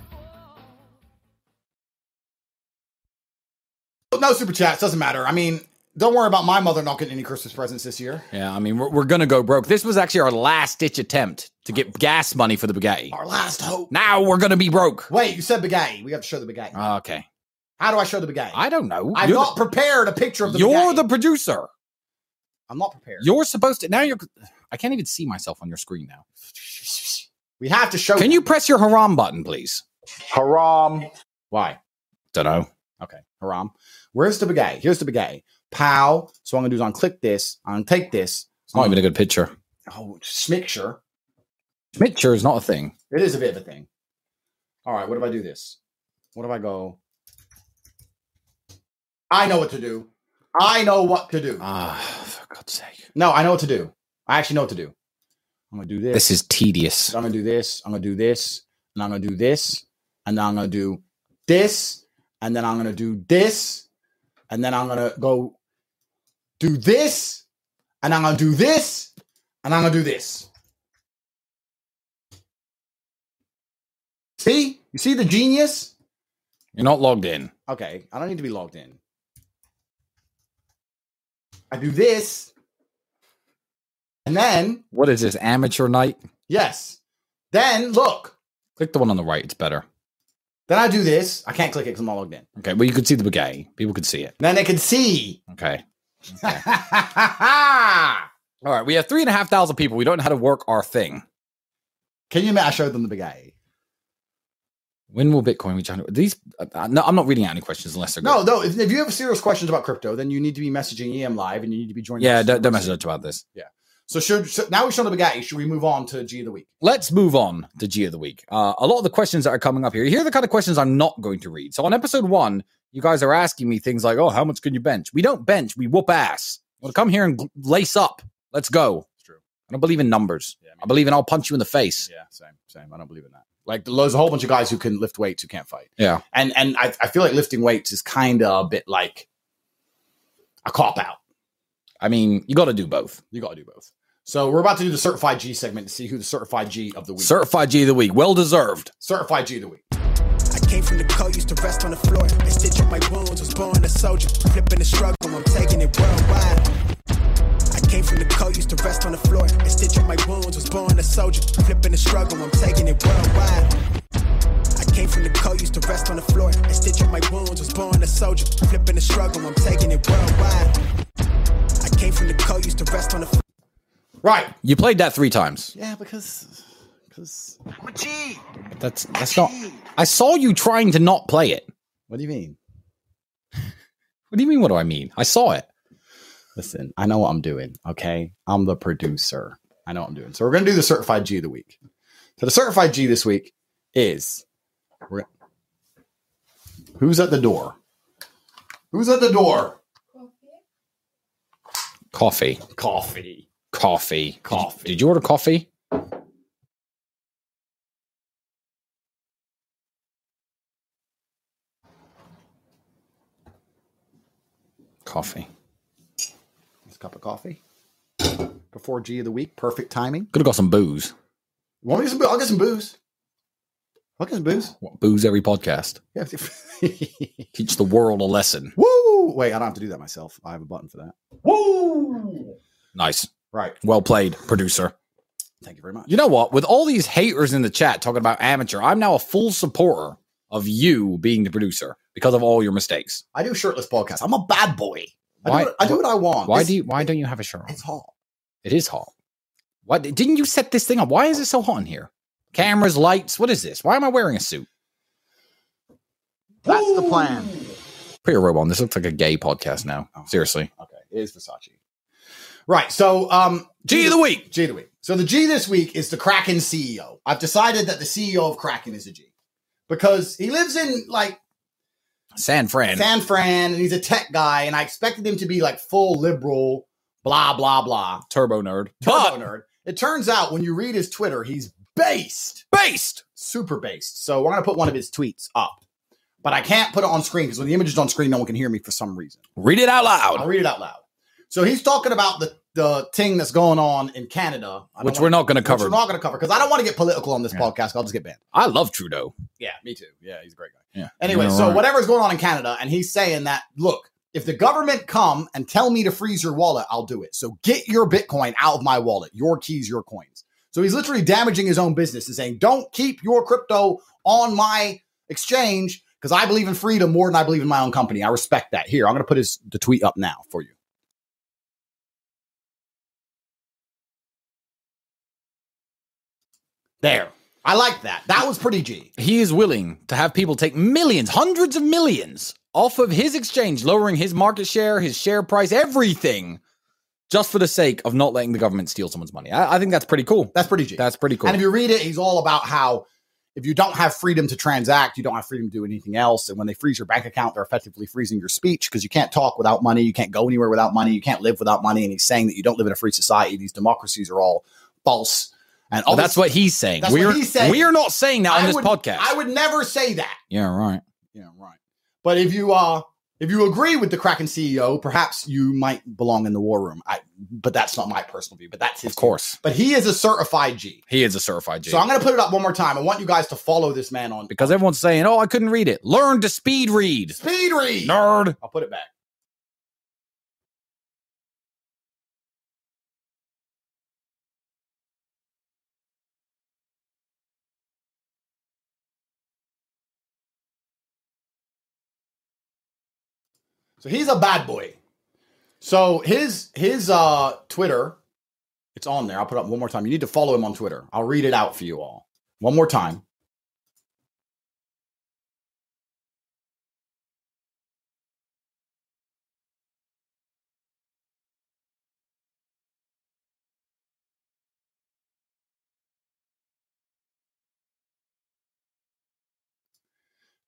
Speaker 3: fall.
Speaker 2: No super chats doesn't matter. I mean, don't worry about my mother not getting any Christmas presents this year.
Speaker 7: Yeah, I mean, we're, we're going to go broke. This was actually our last ditch attempt to get gas money for the Bugatti.
Speaker 2: Our last hope.
Speaker 7: Now we're going to be broke.
Speaker 2: Wait, you said Bugatti. We have to show the Bugatti.
Speaker 7: Okay.
Speaker 2: How do I show the Bugatti?
Speaker 7: I don't know.
Speaker 2: I'm
Speaker 7: You're
Speaker 2: not
Speaker 7: the-
Speaker 2: prepared a picture of the
Speaker 7: you're
Speaker 2: Bugatti.
Speaker 7: the producer.
Speaker 2: I'm not prepared.
Speaker 7: You're supposed to. Now you're. I can't even see myself on your screen now.
Speaker 2: We have to show
Speaker 7: Can you press your haram button, please?
Speaker 2: Haram. Why?
Speaker 7: Don't know.
Speaker 2: Okay, Haram. Where's the Bugatti? Here's the Bugatti. Pow. So what I'm gonna do is I'm gonna click this. I'm gonna take this.
Speaker 7: It's not even a good picture.
Speaker 2: Oh, smicture.
Speaker 7: Picture is not a thing.
Speaker 2: It is a bit of a thing. All right, what if I do this? What if I go? I know what to do. I know what to do.
Speaker 7: Ah, for God's sake.
Speaker 2: No, I know what to do. I actually know what to do. I'm gonna do this.
Speaker 7: This is tedious.
Speaker 2: I'm gonna do this. I'm gonna do this, and I'm gonna do this, and then I'm gonna do this, and then I'm gonna do this, and then I'm gonna go do this, and I'm gonna do this, and I'm gonna do this. See, you see the genius.
Speaker 7: You're not logged in.
Speaker 2: Okay, I don't need to be logged in. I do this, and then
Speaker 7: What is this, amateur night?
Speaker 2: yes, then look.
Speaker 7: Click the one on the right. It's better.
Speaker 2: Then I do this. I can't click it because I'm not logged in.
Speaker 7: Okay, well, you could see the Bugatti. People could see it.
Speaker 2: Then they can see.
Speaker 7: Okay.
Speaker 2: *laughs* can
Speaker 7: All right, we have three and a half thousand people. We don't know how to work our thing.
Speaker 2: you admit I showed them the big A?
Speaker 7: When will Bitcoin reach 100? These, uh, uh, no, I'm not reading out any questions unless they're
Speaker 2: No,
Speaker 7: good.
Speaker 2: no. If, if you have serious questions about crypto, then you need to be messaging EM Live and you need to be joining.
Speaker 7: Yeah,
Speaker 2: us.
Speaker 7: don't, don't message us about this.
Speaker 2: So should so now we show the big A? Should we move on to G of the week?
Speaker 7: Let's move on to G of the Week. Uh, a lot of the questions that are coming up here, here are the kind of questions I'm not going to read. So on episode one, you guys are asking me things like, oh, how much can you bench? We don't bench, we whoop ass. Well, come here and gl- lace up. Let's go.
Speaker 2: It's true.
Speaker 7: I don't believe in numbers.
Speaker 2: Yeah,
Speaker 7: I believe in I'll punch you in the face.
Speaker 2: Yeah, same, same. I don't believe in that. Like there's a whole bunch of guys who can lift weights who can't fight.
Speaker 7: Yeah.
Speaker 2: and and I, I feel like lifting weights is kind of a bit like a cop out.
Speaker 7: I mean, you got to do both.
Speaker 2: You got to do both. So we're about to do the certified G segment to see who the certified G of the week.
Speaker 7: Certified G of the Week, well deserved.
Speaker 2: certified G of the week.
Speaker 11: I came from the cold, used to rest on the floor. They stitch up my wounds, was born a soldier. Flipping the struggle, I'm taking it worldwide. I came from the cold, used to rest on the floor and stitch up my wounds. Was born a soldier, flipping the struggle. I'm taking it worldwide. I came from the cold, used to rest on the floor and stitch up my wounds. Was born a soldier, flipping the struggle. I'm taking it worldwide. I came from the cold, used to rest on the floor.
Speaker 2: Right.
Speaker 7: You played that three times.
Speaker 2: Yeah, because because
Speaker 9: I'm a G.
Speaker 7: That's that's not. I saw you trying to not play it.
Speaker 2: what do you mean?
Speaker 7: What do you mean? What do I mean? I saw it.
Speaker 2: Listen, I know what I'm doing. Okay, I'm the producer. I know what I'm doing. So we're gonna do the certified G of the week. So the certified G this week is we're- who's at the door? Who's at the door?
Speaker 7: Coffee,
Speaker 2: Coffee.
Speaker 7: coffee,
Speaker 2: Coffee.
Speaker 7: Did you order coffee? Coffee.
Speaker 2: This cup of coffee. Before G of the week, perfect timing.
Speaker 7: Could have got some booze.
Speaker 2: Want me to get some? boo- I'll get some booze. I'll get some booze.
Speaker 7: What, booze every podcast.
Speaker 2: Yeah.
Speaker 7: Teach the world a lesson.
Speaker 2: *laughs* Woo! Wait, I don't have to do that myself. I have a button for that.
Speaker 7: Nice.
Speaker 2: Right.
Speaker 7: Well played, producer.
Speaker 2: Thank you very much.
Speaker 7: You know what? With all these haters in the chat talking about amateur, I'm now a full supporter of you being the producer because of all your mistakes.
Speaker 2: I do shirtless podcasts. I'm a bad boy. I,
Speaker 7: Why-
Speaker 2: do, what, I do what I want.
Speaker 7: Why
Speaker 2: It's-
Speaker 7: do you, why don't you have a shirt on?
Speaker 2: It's hot.
Speaker 7: It is hot. Why didn't you set this thing up? Why is it so hot in here? Cameras, lights. What is this? Why am I wearing a suit?
Speaker 9: That's the plan.
Speaker 7: Put your robe on. This looks like a gay podcast now.
Speaker 2: Oh.
Speaker 7: Seriously.
Speaker 2: Okay, it is Versace. Right. So, um,
Speaker 7: G of the week.
Speaker 2: G of the week. So the G this week is the Kraken CEO. I've decided that the CEO of Kraken is a G because he lives in like
Speaker 7: San Fran.
Speaker 2: San Fran and he's a tech guy, and I expected him to be like full liberal, blah blah blah.
Speaker 7: Turbo nerd.
Speaker 2: Turbo
Speaker 7: But
Speaker 2: nerd. It turns out when you read his Twitter, he's based.
Speaker 7: based.
Speaker 2: super based. So we're gonna put one of his tweets up, but I can't put it on screen because when the image is on screen, no one can hear me for some reason.
Speaker 7: Read it out
Speaker 2: I'll
Speaker 7: loud.
Speaker 2: read it out loud. So he's talking about the the thing that's going on in Canada, I don't
Speaker 7: Which
Speaker 2: wanna-
Speaker 7: we're not going to
Speaker 2: which
Speaker 7: cover.
Speaker 2: We're not gonna cover because I don't want to get political on this podcast. I'll just get banned.
Speaker 7: I love Trudeau.
Speaker 2: Yeah, me too. Yeah, he's a great guy.
Speaker 7: Yeah.
Speaker 2: Anyway,
Speaker 7: Yeah,
Speaker 2: so
Speaker 7: right.
Speaker 2: whatever's going on in Canada, and he's saying that look, if the government come and tell me to freeze your wallet, I'll do it. So get your Bitcoin out of my wallet, your keys, your coins. So he's literally damaging his own business and saying, don't keep your crypto on my exchange because I believe in freedom more than I believe in my own company. I respect that. Here, I'm going to put his the tweet up now for you. There. I like that. That was pretty G.
Speaker 7: He is willing to have people take millions, hundreds of millions off of his exchange, lowering his market share, his share price, everything, just for the sake of not letting the government steal someone's money. I, I think that's pretty cool.
Speaker 2: That's pretty G.
Speaker 7: That's pretty cool.
Speaker 2: And if you read it, he's all about how if you don't have freedom to transact, you don't have freedom to do anything else. And when they freeze your bank account, they're effectively freezing your speech because you can't talk without money, you can't go anywhere without money, you can't live without money. And he's saying that you don't live in a free society. These democracies are all false. And
Speaker 7: Well,
Speaker 2: all
Speaker 7: that's what he's saying.
Speaker 2: That's what
Speaker 7: we're,
Speaker 2: he's saying.
Speaker 7: We're not saying that on
Speaker 2: I
Speaker 7: this
Speaker 2: would-
Speaker 7: podcast.
Speaker 2: I would never say that.
Speaker 7: yeah, right.
Speaker 2: Yeah, right. But if you uh if you agree with the Kraken CEO, perhaps you might belong in the war room. I, but that's not my personal view. But that's his.
Speaker 7: Of course.
Speaker 2: But he is a certified G.
Speaker 7: He is a certified G.
Speaker 2: So I'm going to put it up one more time. I want you guys to follow this man on
Speaker 7: because everyone's saying, oh, I couldn't read it. Learn to speed read.
Speaker 2: speed read.
Speaker 7: Nerd.
Speaker 2: I'll put it back. So he's a bad boy. So his his uh Twitter, it's on there. I'll put it up one more time. You need to follow him on Twitter. I'll read it out for you all. One more time.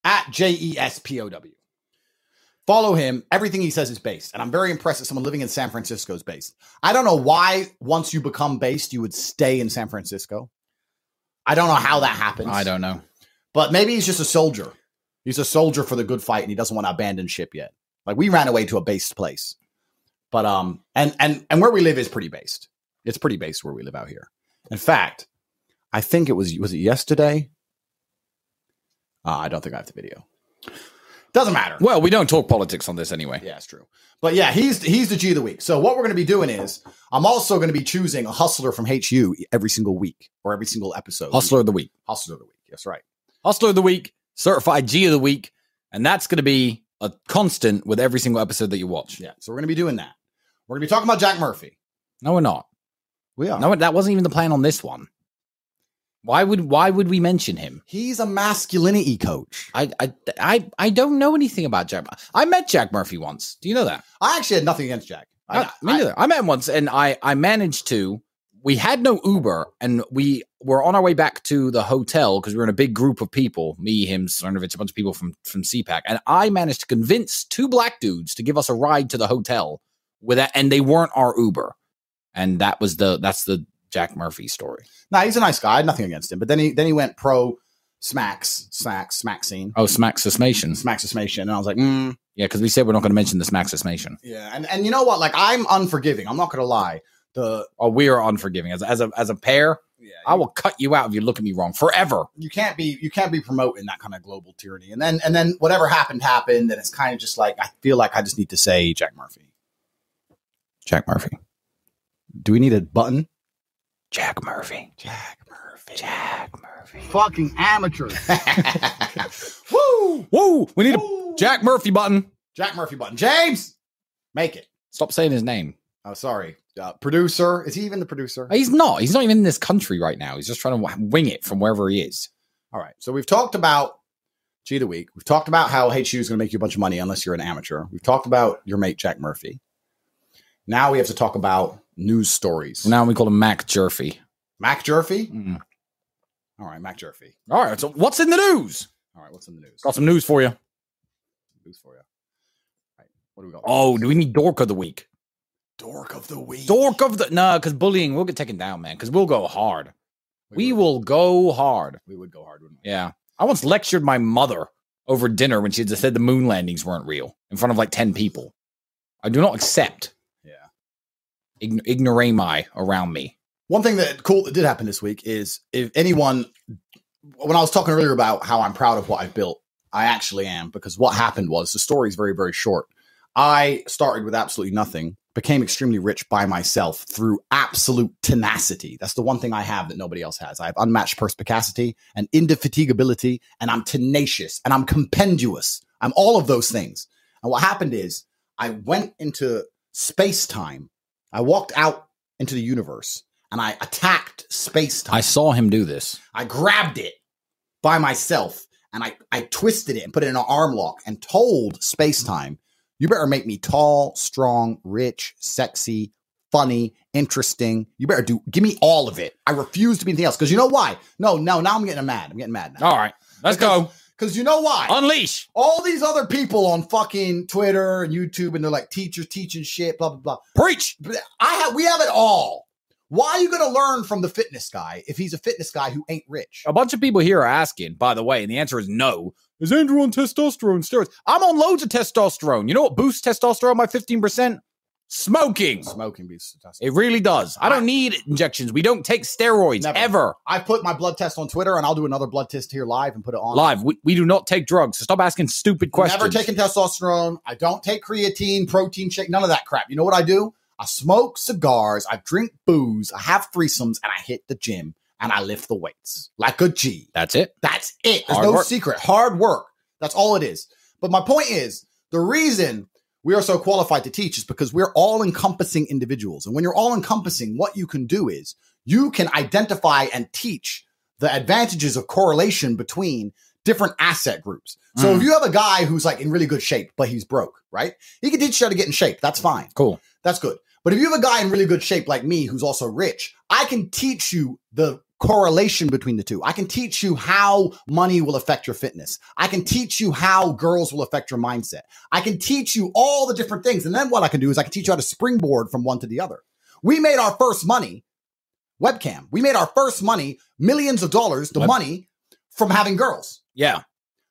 Speaker 2: at J E S P O W. Follow him. Everything he says is based. And I'm very impressed that someone living in San Francisco is based. I don't know why once you become based, you would stay in San Francisco. I don't know how that happens.
Speaker 7: I don't know.
Speaker 2: But maybe he's just a soldier. He's a soldier for the good fight and he doesn't want to abandon ship yet. Like we ran away to a based place. But um and and and where we live is pretty based. It's pretty based where we live out here. In fact, I think it was was it yesterday? Uh, I don't think I have the video. Doesn't matter.
Speaker 7: Well, we don't talk politics on this anyway.
Speaker 2: Yeah, it's true. But yeah, he's he's the G of the week. So what we're going to be doing is I'm also going to be choosing a hustler from HU every single week or every single episode.
Speaker 7: Hustler of the week.
Speaker 2: hustler of the week. That's right.
Speaker 7: Hustler of the week, certified G of the week, and that's going to be a constant with every single episode that you watch.
Speaker 2: Yeah. So we're going to be doing that. We're going to be talking about Jack Murphy.
Speaker 7: No, we're not.
Speaker 2: We are.
Speaker 7: No, that wasn't even the plan on this one. Why would why would we mention him?
Speaker 2: He's a masculinity coach.
Speaker 7: I I I, I don't know anything about Jack. Mur- I met Jack Murphy once. Do you know that?
Speaker 2: I actually had nothing against Jack. I,
Speaker 7: I, me neither. I met him once, and I I managed to. We had no Uber, and we were on our way back to the hotel because we were in a big group of people. Me, him, Cernovich, a bunch of people from from CPAC, and I managed to convince two black dudes to give us a ride to the hotel with that, and they weren't our Uber, and that was the that's the Jack Murphy story.
Speaker 2: no, he's a nice guy. I had nothing against him. But then he then he went pro smacks, smacks, smack scene,
Speaker 7: Oh, Smacks Smation.
Speaker 2: smacks smation, and I was like, mm,
Speaker 7: Yeah, because we said we're not going to mention the Smacks Smation.
Speaker 2: yeah. And and you know what? Like I'm unforgiving. I'm not going to lie. The
Speaker 7: Oh, we are unforgiving as as a as a pair.
Speaker 2: yeah,
Speaker 7: I will cut you out if you look at me wrong forever.
Speaker 2: you can't be you can't be promoting that kind of global tyranny. And then and then whatever happened happened, and it's kind of just like I feel like I just need to say Jack Murphy.
Speaker 7: Jack Murphy.
Speaker 2: Do we need a button? *laughs*
Speaker 7: Jack Murphy.
Speaker 2: Jack Murphy.
Speaker 7: Jack Murphy.
Speaker 9: Fucking amateurs.
Speaker 2: Woo!
Speaker 7: Woo! We need
Speaker 2: Woo!
Speaker 7: a Jack Murphy button.
Speaker 2: Jack Murphy button. James, make it.
Speaker 7: Stop saying his name.
Speaker 2: Oh, sorry. Uh, producer. Is he even the producer?
Speaker 7: He's not. He's not even in this country right now. He's just trying to wing it from wherever he is.
Speaker 2: All right. So we've talked about G of the Week. We've talked about how HU is going to make you a bunch of money unless you're an amateur. We've talked about your mate, Jack Murphy. Now we have to talk about news stories.
Speaker 7: Now we call him Mac Jerfy.
Speaker 2: Mac Jerfy. All right, Mac Jerfy.
Speaker 7: All right. So what's in the news?
Speaker 2: All right, what's in the news?
Speaker 7: Got some news for you.
Speaker 2: news for you. Right, what do we got?
Speaker 7: Oh, do we need Dork of the week?
Speaker 2: dork of the week.
Speaker 7: Dork of the no, because bullying will get taken down, man. Because we'll go hard. We will go hard.
Speaker 2: We would go hard, wouldn't we?
Speaker 7: Yeah. I once lectured my mother over dinner when she had said the moon landings weren't real in front of like 10 people. I do not accept
Speaker 2: Yeah.
Speaker 7: ign- ignorami around me.
Speaker 2: One thing that cool that did happen this week is if anyone, when I was talking earlier about how I'm proud of what I've built, I actually am because what happened was the story is very very short. I started with absolutely nothing, became extremely rich by myself through absolute tenacity. That's the one thing I have that nobody else has. I have unmatched perspicacity and indefatigability, and I'm tenacious and I'm compendious. I'm all of those things. And what happened is I went into space time. I walked out into the universe and I attacked space time.
Speaker 7: I saw him do this.
Speaker 2: I grabbed it by myself and I, I twisted it and put it in an arm lock and told space time, you better make me tall, strong, rich, sexy, funny, interesting. You better do, give me all of it. I refuse to be anything else. Cause you know why? No, no, now I'm getting mad. I'm getting mad now.
Speaker 7: All right. Oh, Let's go.
Speaker 2: Cause you know why?
Speaker 7: Unleash.
Speaker 2: all these other people on fucking Twitter and YouTube and they're like teachers teaching shit, blah, blah, blah.
Speaker 7: Preach.
Speaker 2: I have, we have it all. Why are you going to learn from the fitness guy if he's a fitness guy who ain't rich?
Speaker 7: A bunch of people here are asking, by the way, and the answer is no. Is Andrew on testosterone steroids? I'm on loads of testosterone. You know what boosts testosterone by 15%? Smoking.
Speaker 2: Smoking beats the test.
Speaker 7: Oh. It really does. I don't need injections. We don't take steroids
Speaker 2: Never.
Speaker 7: ever.
Speaker 2: I put my blood test on Twitter, and I'll do another blood test here live and put it on.
Speaker 7: live. We, we do not take drugs. So stop asking stupid questions.
Speaker 2: Never taking testosterone. I don't take creatine, protein shake, none of that crap. You know what I do? I smoke cigars. I drink booze. I have threesomes, and I hit the gym and I lift the weights like a G.
Speaker 7: That's it.
Speaker 2: That's it. There's
Speaker 7: Hard
Speaker 2: no
Speaker 7: work.
Speaker 2: secret. Hard work. That's all it is. But my point is the reason we are so qualified to teach is because we're all encompassing individuals. And when you're all encompassing, what you can do is you can identify and teach the advantages of correlation between different asset groups. So
Speaker 7: Mm.
Speaker 2: if you have a guy who's like in really good shape, but he's broke, right? He can teach you how to get in shape. That's fine.
Speaker 7: Cool.
Speaker 2: That's good. But if you have a guy in really good shape like me who's also rich, I can teach you the correlation between the two. I can teach you how money will affect your fitness. I can teach you how girls will affect your mindset. I can teach you all the different things. And then what I can do is I can teach you how to springboard from one to the other. We made our first money, webcam. We made our first money, millions of dollars, the
Speaker 7: Web-
Speaker 2: money from having girls.
Speaker 7: Yeah.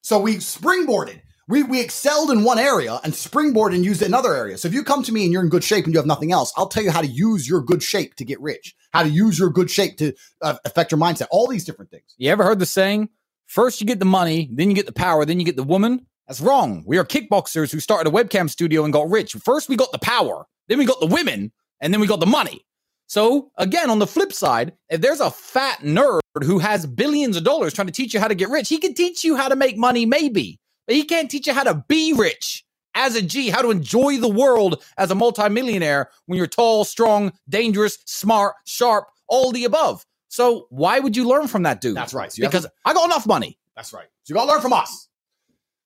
Speaker 2: So we springboarded. We, we excelled in one area and springboarded and used it in another area. So if you come to me and you're in good shape and you have nothing else, I'll tell you how to use your good shape to get rich, how to use your good shape to uh, affect your mindset, all these different things.
Speaker 7: You ever heard the saying? First you get the money, then you get the power, then you get the woman. That's wrong. We are kickboxers who started a webcam studio and got rich. First, we got the power, then we got the women, and then we got the money. So, again, on the flip side, if there's a fat nerd who has billions of dollars trying to teach you how to get rich, he can teach you how to make money, maybe, but he can't teach you how to be rich as a G, how to enjoy the world as a multimillionaire when you're tall, strong, dangerous, smart, sharp, all the above. So, why would you learn from that dude?
Speaker 2: That's right. So you have to-
Speaker 7: because I got enough money.
Speaker 2: That's right. So you gotta learn from us.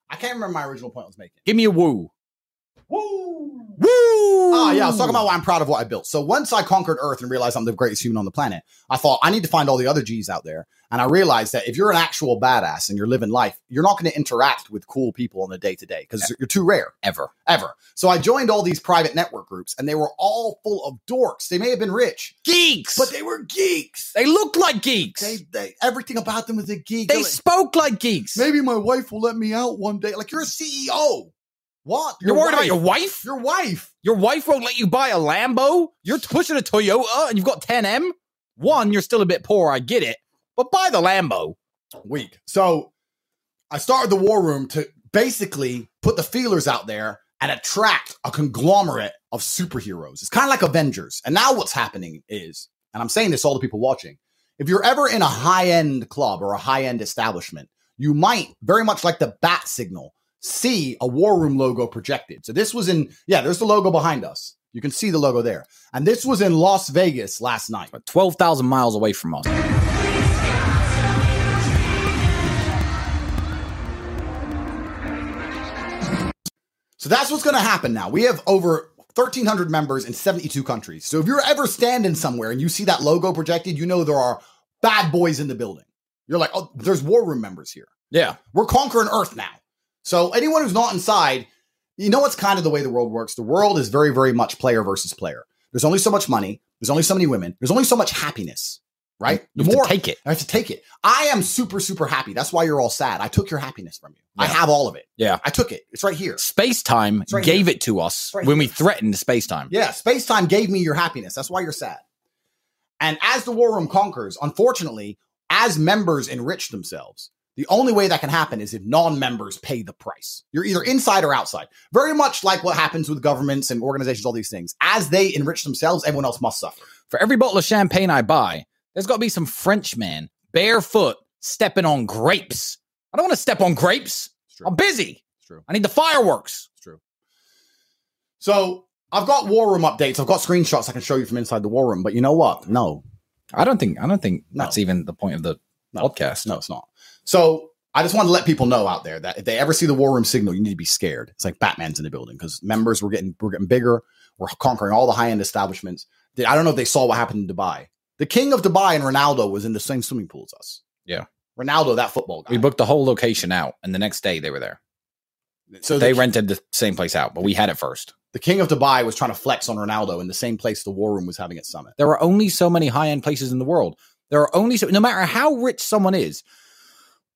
Speaker 2: I can't remember my original point I was making.
Speaker 7: Give me a woo.
Speaker 2: Woo!
Speaker 7: Woo!
Speaker 2: Oh yeah, I was talking about why I'm proud of what I built. So once I conquered Earth and realized I'm the greatest human on the planet, I thought I need to find all the other G's out there. And I realized that if you're an actual badass and you're living life, you're not going to interact with cool people on the day to day because you're too rare
Speaker 7: ever.
Speaker 2: ever. So I joined all these private network groups, and they were all full of dorks. They may have been rich,
Speaker 7: Geeks.
Speaker 2: but they were geeks.
Speaker 7: They look like geeks.
Speaker 2: They,
Speaker 7: They,
Speaker 2: they everything about them was a geek. They're like,
Speaker 7: spoke like geeks.
Speaker 2: maybe my wife will let me out one day. Like you're a CEO. What?
Speaker 7: You're worried about your
Speaker 2: wife.
Speaker 7: wife?
Speaker 2: Your wife.
Speaker 7: Your wife won't let you buy a Lambo? You're pushing a Toyota and you've got 10M? One, you're still a bit poor, I get it. But buy the Lambo.
Speaker 2: week. So I started the war room to basically put the feelers out there and attract a conglomerate of superheroes. It's kind of like Avengers. And now what's happening is, and I'm saying this to all the people watching, if you're ever in a high end club or a high end establishment, you might very much like the bat signal see a war room logo projected. So this was in, yeah, there's the logo behind us. You can see the logo there. And this was in Las Vegas last night.
Speaker 7: 12,000 miles away from us.
Speaker 2: So that's what's going to happen now. We have over 1,300 members in 72 countries. So if you're ever standing somewhere and you see that logo projected, you know there are bad boys in the building. You're like, oh, there's war room members here.
Speaker 7: Yeah.
Speaker 2: We're conquering Earth now. So anyone who's not inside, you know it's kind of the way the world works. The world is very, very much player versus player. There's only so much money. There's only so many women. There's only so much happiness, right?
Speaker 7: You have to take it.
Speaker 2: I have to take it. I am super, super happy. That's why you're all sad. I took your happiness from you. I have all of it.
Speaker 7: Yeah.
Speaker 2: I took it. It's right here.
Speaker 7: Space time
Speaker 2: right
Speaker 7: gave it to us
Speaker 2: right
Speaker 7: when we threatened space time.
Speaker 2: Yeah, space time gave me your happiness. That's why you're sad. And as the war room conquers, unfortunately, as members enrich themselves, the only way that can happen is if non members pay the price. You're either inside or outside. Very much like what happens with governments and organizations, all these things. As they enrich themselves, everyone else must suffer.
Speaker 7: For every bottle of champagne I buy, there's got to be some Frenchman barefoot stepping on grapes. I don't want to step on grapes.
Speaker 2: true.
Speaker 7: I'm busy.
Speaker 2: It's true.
Speaker 7: I need the fireworks.
Speaker 2: So I've got war room updates. I've got screenshots I can show you from inside the war room. But you know what? No,
Speaker 7: I don't think I don't think
Speaker 2: No.
Speaker 7: that's even the point of the
Speaker 2: No.
Speaker 7: podcast.
Speaker 2: No, it's not. So I just want to let people know out there that if they ever see the war room signal, you need to be scared. It's like Batman's in the building because members were getting we're getting bigger. We're conquering all the high end establishments. They- I don't know if they saw what happened in Dubai. The king of Dubai and Ronaldo was in the same swimming pool as us.
Speaker 7: Yeah.
Speaker 2: Ronaldo, that football guy.
Speaker 7: We booked the whole location out, and the next day they were there.
Speaker 2: so
Speaker 7: they
Speaker 2: the,
Speaker 7: rented the same place out, but we had it first.
Speaker 2: the king of Dubai was trying to flex on Ronaldo in the same place the war room was having its summit.
Speaker 7: There are only so many high end places in the world. There are only so, no matter how rich someone is,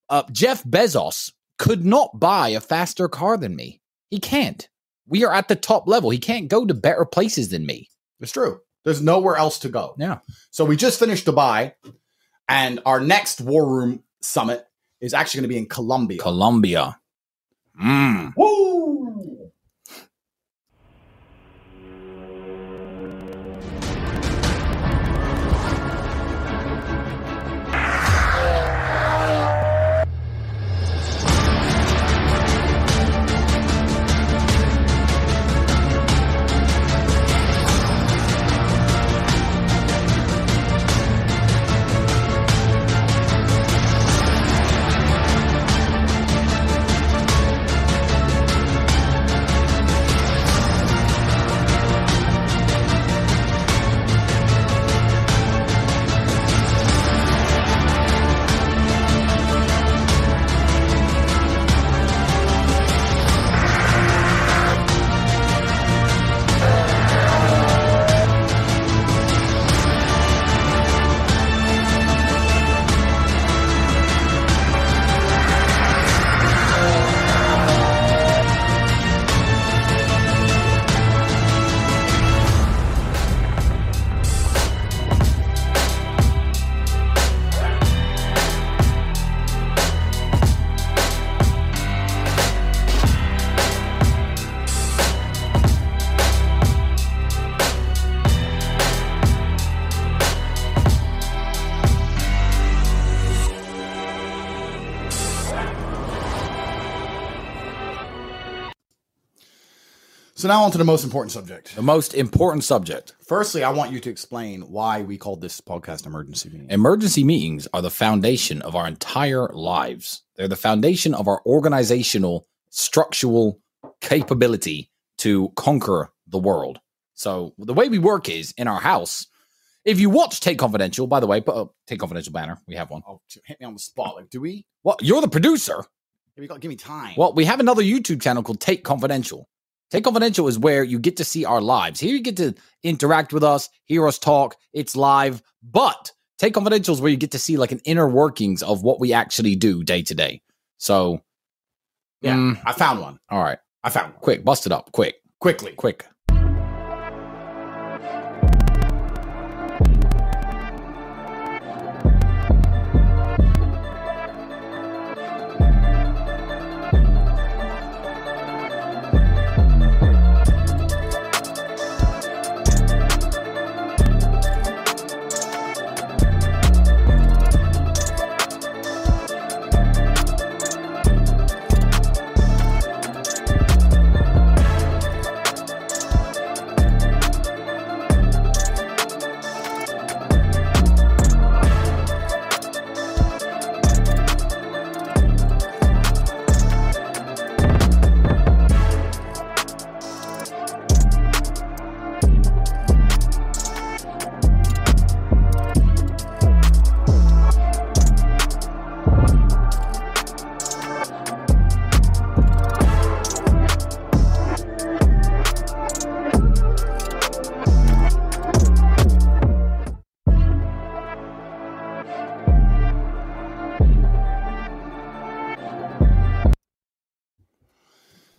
Speaker 7: uh, Jeff Bezos could not buy a faster car than me. He can't. We are at the top level. He can't go to better places than me.
Speaker 2: It's true. There's nowhere else to go.
Speaker 7: Yeah.
Speaker 2: So we just finished Dubai, and our next war room summit is actually going to be in Colombia.
Speaker 7: Colombia. Mm.
Speaker 2: So now on to the most important subject.
Speaker 7: The most important subject.
Speaker 2: Firstly, I want you to explain why we called this podcast emergency meeting.
Speaker 7: Emergency meetings are the foundation of our entire lives. They're the foundation of our organizational, structural capability to conquer the world. So, the way we work is in our house. If you watch Take Confidential, by the way, put up Take Confidential banner. We have one.
Speaker 2: Oh, t- hit me on the spot. Like, do we?
Speaker 7: Well, you're the producer.
Speaker 2: Here we go. Give me time.
Speaker 7: Well, we have another YouTube channel called Take Confidential. Take Confidential is where you get to see our lives. Here you get to interact with us, hear us talk. It's live, but Take Confidential is where you get to see like an inner workings of what we actually do day to day. So,
Speaker 2: Yeah.
Speaker 7: mm,
Speaker 2: I found one.
Speaker 7: all right,
Speaker 2: I found one.
Speaker 7: quick, bust it up, quick,
Speaker 2: Quickly.
Speaker 7: quick.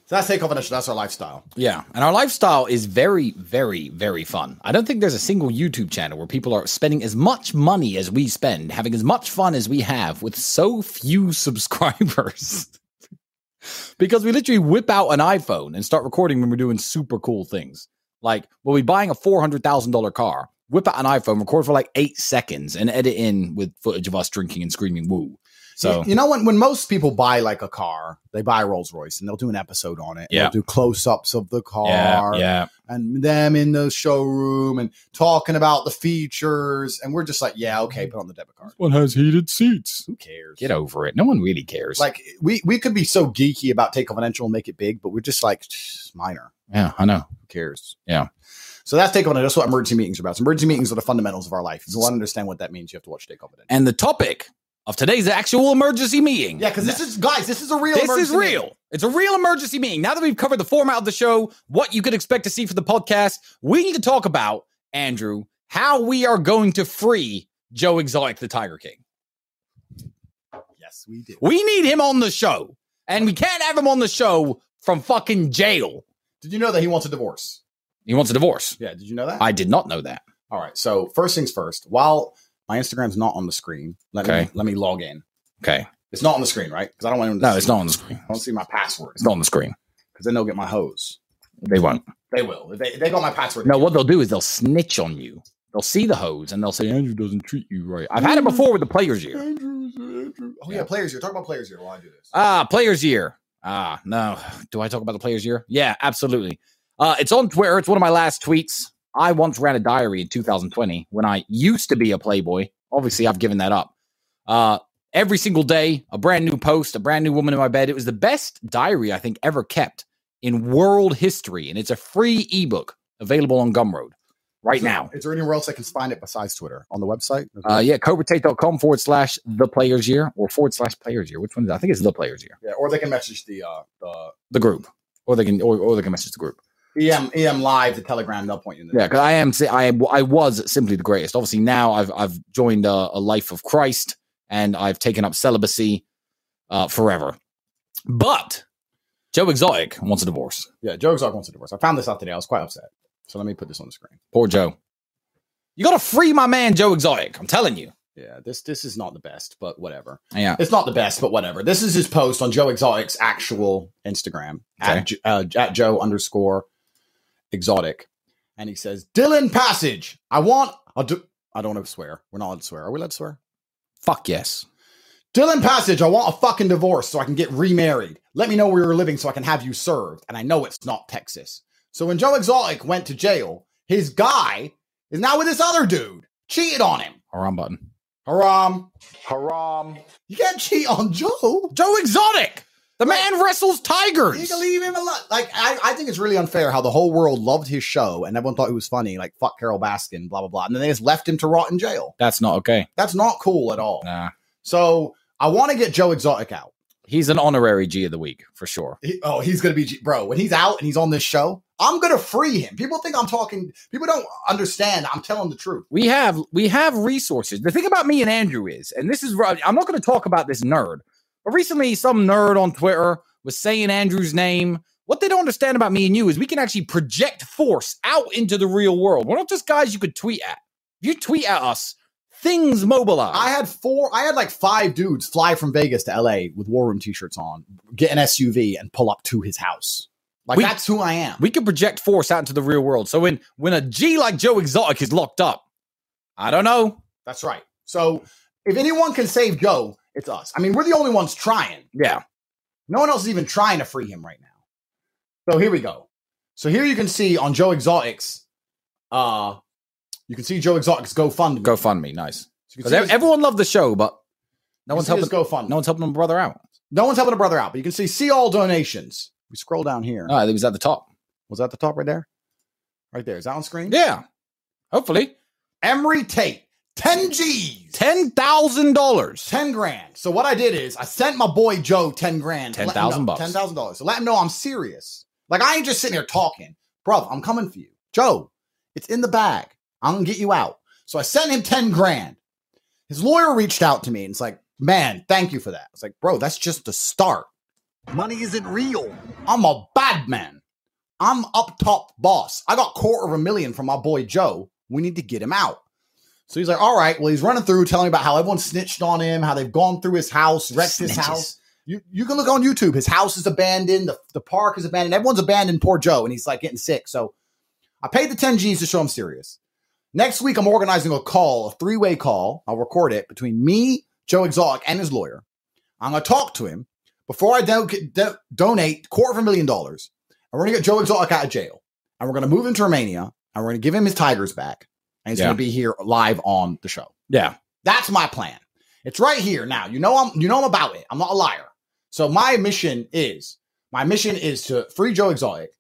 Speaker 2: So that's Take Confidential. That's our lifestyle.
Speaker 7: Yeah. And our lifestyle is very, very, very fun. I don't think there's a single YouTube channel where people are spending as much money as we spend, having as much fun as we have with so few *laughs* subscribers. because we literally whip out an iPhone and start recording when we're doing super cool things. Like we'll be buying a $400,000 car, whip out an iPhone, record for like eight seconds, and edit in with footage of us drinking and screaming woo. So,
Speaker 2: you, you know when when most people buy like a car, they buy a Rolls Royce and they'll do an episode on it.
Speaker 7: Yeah.
Speaker 2: They'll do close ups of the car.
Speaker 7: yeah, yeah.
Speaker 2: and them in the showroom and talking about the features. And we're just like, yeah, okay, put on the debit card.
Speaker 7: one has heated seats.
Speaker 2: Who cares?
Speaker 7: Get over it. No one really cares.
Speaker 2: Like we we could be so geeky about take confidential and make it big, but we're just like "Tch, minor.
Speaker 7: yeah, I know.
Speaker 2: Who cares?
Speaker 7: Yeah.
Speaker 2: So that's take confidential. That's what emergency meetings are about. So emergency meetings are the fundamentals of our life. If you want to understand what that means, you have to watch take confidential.
Speaker 7: and the topic of today's actual emergency meeting.
Speaker 2: Yeah, because this is guys, this is a real.
Speaker 7: this is
Speaker 2: emergency
Speaker 7: real.
Speaker 2: meeting.
Speaker 7: It's a real emergency meeting. Now that we've covered the format of the show, what you could expect to see for the podcast, we need to talk about Andrew how we are going to free Joe Exotic the Tiger King.
Speaker 2: Yes, we do.
Speaker 7: We need him on the show, and we can't have him on the show from fucking jail.
Speaker 2: Did you know that he wants a divorce?
Speaker 7: He wants a divorce.
Speaker 2: Yeah, did you know that?
Speaker 7: I did not know that.
Speaker 2: All right. So first things first. While my Instagram's not on the screen, let me
Speaker 7: Okay.
Speaker 2: let me log in.
Speaker 7: Okay.
Speaker 2: It's not on the screen, right? Because I don't want anyone to
Speaker 7: No,
Speaker 2: see
Speaker 7: it's not on the screen.
Speaker 2: I don't see my password
Speaker 7: It's not on the screen.
Speaker 2: because then they'll get my hose.
Speaker 7: They won't.
Speaker 2: They will. If they, if they got my password.
Speaker 7: No, what they'll do is they'll snitch on you. They'll see the hose and they'll say Andrew doesn't treat you right. I've had it before with the players year.
Speaker 2: Andrew, Andrew. Oh yeah, players here. Talk about players here while I do this.
Speaker 7: Ah, players year. Ah, no. Do I talk about the players year? Yeah, absolutely. Uh, it's on Twitter. It's one of my last tweets. I once ran a diary in 2020 when I used to be a playboy. Obviously, I've given that up. Uh, every single day, a brand new post, a brand new woman in my bed. It was the best diary I think ever kept in world history, and it's a free ebook available on Gumroad right
Speaker 2: Is there-
Speaker 7: now.
Speaker 2: Is there anywhere else I can find it besides Twitter on the website?
Speaker 7: Uh, yeah, cobrate.com forward slash the players year or forward slash players year. Which one is it? I think it's the players year.
Speaker 2: yeah. Or they can message the uh, the E
Speaker 7: The group. Or they can or, or they can message the group.
Speaker 2: EM EM live the Telegram. They'll point you in the
Speaker 7: Yeah, because I am si- I am- I was simply the greatest. Obviously now I've I've joined a, a life of Christ and I've taken up celibacy uh, forever. But Joe Exotic wants a divorce.
Speaker 2: yeah. Joe Exotic wants a divorce. I found this out today. I was quite upset. So let me put this on the screen.
Speaker 7: Poor Joe. You gotta free my man Joe Exotic. I'm telling you.
Speaker 2: Yeah. This this is not the best, but whatever.
Speaker 7: Yeah.
Speaker 2: It's not the best, but whatever. This is his post on Joe Exotic's actual Instagram
Speaker 7: Okay.
Speaker 2: at, J- uh, at Joe underscore Exotic, and he says, "Dylan Passage, I want I do I don't want to swear. We're not allowed to swear. Are we allowed to swear?
Speaker 7: Fuck yes.
Speaker 2: Dylan Passage, I want a fucking divorce so I can get remarried. Let me know where you're living so I can have you served. And I know it's not Texas, So when Joe Exotic went to jail, his guy is now with this other dude. Cheated on him.
Speaker 7: Haram button.
Speaker 2: Haram.
Speaker 10: Haram.
Speaker 2: You can't cheat on Joe.
Speaker 7: Joe Exotic. The man wrestles
Speaker 2: You
Speaker 7: tigers.
Speaker 2: can leave him alone. Like I, I think it's really unfair how the whole world loved his show and everyone thought he was funny. Like fuck Carol Baskin, blah blah blah, and then they just left him to rot in jail.
Speaker 7: That's not okay.
Speaker 2: That's not cool at all.
Speaker 7: Nah.
Speaker 2: So I want to get Joe Exotic out.
Speaker 7: He's an honorary G of the week for sure.
Speaker 2: He- oh, he's gonna be G- bro when he's out and he's on this show. I'm gonna free him. People think I'm talking. People don't understand. I'm telling the truth.
Speaker 7: We have we have resources. The thing about me and Andrew is, and this is I'm not going to talk about this nerd, but recently some nerd on Twitter was saying Andrew's name. What they don't understand about me and you is we can actually project force out into the real world. We're not just guys you could tweet at. If you tweet at us, things mobilize.
Speaker 2: I had four. I had like five dudes fly from Vegas to LA with War Room T-shirts on, get an SUV, and pull up to his house. Like
Speaker 7: We-
Speaker 2: that's who I am.
Speaker 7: we can project force out into the real world. So when when a G like Joe Exotic is locked up, I don't know.
Speaker 2: That's right. So if anyone can save Joe, it's us. I mean, we're the only ones trying.
Speaker 7: Yeah.
Speaker 2: No one else is even trying to free him right now. So here we go. So here you can see on Joe Exotics, uh, you can see Joe Exotics GoFundMe.
Speaker 7: GoFundMe, nice.
Speaker 2: So you can
Speaker 7: Because
Speaker 2: see his-
Speaker 7: everyone loved the show, but no
Speaker 2: you
Speaker 7: one's
Speaker 2: can see
Speaker 7: helping.
Speaker 2: his GoFundMe.
Speaker 7: No one's helping my brother out.
Speaker 2: No one's helping a brother out, but you can see see all donations. We scroll down here.
Speaker 7: No, he was at the top.
Speaker 2: Was that the top right there? Right there. Is that on screen?
Speaker 7: Yeah. Hopefully,
Speaker 2: Emery Tate, 10 G's.
Speaker 7: ten thousand dollars.
Speaker 2: 10 grand. So what I did is I sent my boy Joe 10 grand. to let him
Speaker 7: 10,000
Speaker 2: know-
Speaker 7: bucks.
Speaker 2: $10,000. So let him know I'm serious. Like I ain't just sitting here talking. Bro, I'm coming for you. Joe, it's in the bag. I'm going to get you out. So I sent him 10 grand. His lawyer reached out to me and it's like, man, thank you for that. It's like, bro, that's just the start.
Speaker 9: Money isn't real.
Speaker 2: I'm a bad man. I'm up top boss. I got quarter of a million from my boy Joe. We need to get him out. So he's like, all right. Well, he's running through, telling me about how everyone snitched on him, how they've gone through his house, wrecked his
Speaker 7: Snitches.
Speaker 2: house. You you can look on YouTube. His house is abandoned. The, the park is abandoned. Everyone's abandoned poor Joe, and he's like getting sick. So I paid the 10 G's to show I'm serious. Next week, I'm organizing a call, a three way call. I'll record it between me, Joe Exotic, and his lawyer. I'm going to talk to him before I do- do- donate quarter of a million dollars. And we're going to get Joe Exotic out of jail. And we're going to move him to Romania. And we're going to give him his Tigers back. And he's
Speaker 7: Yeah.
Speaker 2: going to be here live on the show.
Speaker 7: Yeah.
Speaker 2: That's my plan. It's right here now. You know I'm you know I'm about it. I'm not a liar. So my mission is my mission is to free Joe Exotic.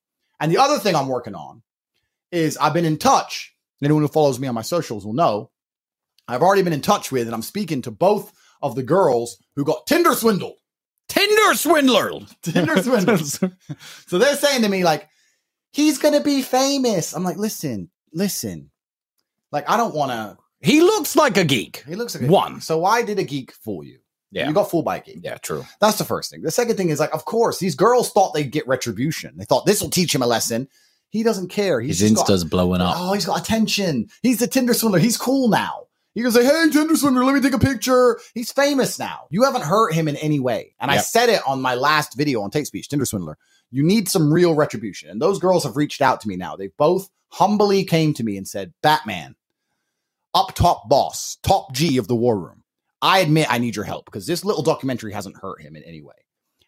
Speaker 2: And the other thing I'm working on is I've been in touch. and Anyone who follows me on my socials will know I've already been in touch with, and I'm speaking to both of the girls who got Tinder
Speaker 7: *laughs*
Speaker 2: swindled.
Speaker 7: Tinder *laughs* swindler.
Speaker 2: Tinder swindled. so they're saying to me like, he's gonna be famous. I'm like, listen, listen. Like I don't want to.
Speaker 7: he looks like a geek.
Speaker 2: He looks like a
Speaker 7: One.
Speaker 2: So why did a geek fool you?
Speaker 7: Yeah.
Speaker 2: You got fooled by a geek.
Speaker 7: Yeah, true.
Speaker 2: That's the first thing. The second thing is like, of course, these girls thought they'd get retribution. They thought this will teach him a lesson. He doesn't care. He's
Speaker 7: His
Speaker 2: just
Speaker 7: Insta's blowing
Speaker 2: got,
Speaker 7: up.
Speaker 2: oh, he's got attention. He's the Tinder swindler. He's cool now. He goes like, hey, Tinder swindler, let me take a picture. He's famous now. You haven't hurt him in any way. And I
Speaker 7: Yep.
Speaker 2: said it on my last video on Take Speech, Tinder swindler. You need some real retribution. And those girls have reached out to me now. They both humbly came to me and said, Batman, up top boss, top G of the war room. I admit I need your help because this little documentary hasn't hurt him in any way.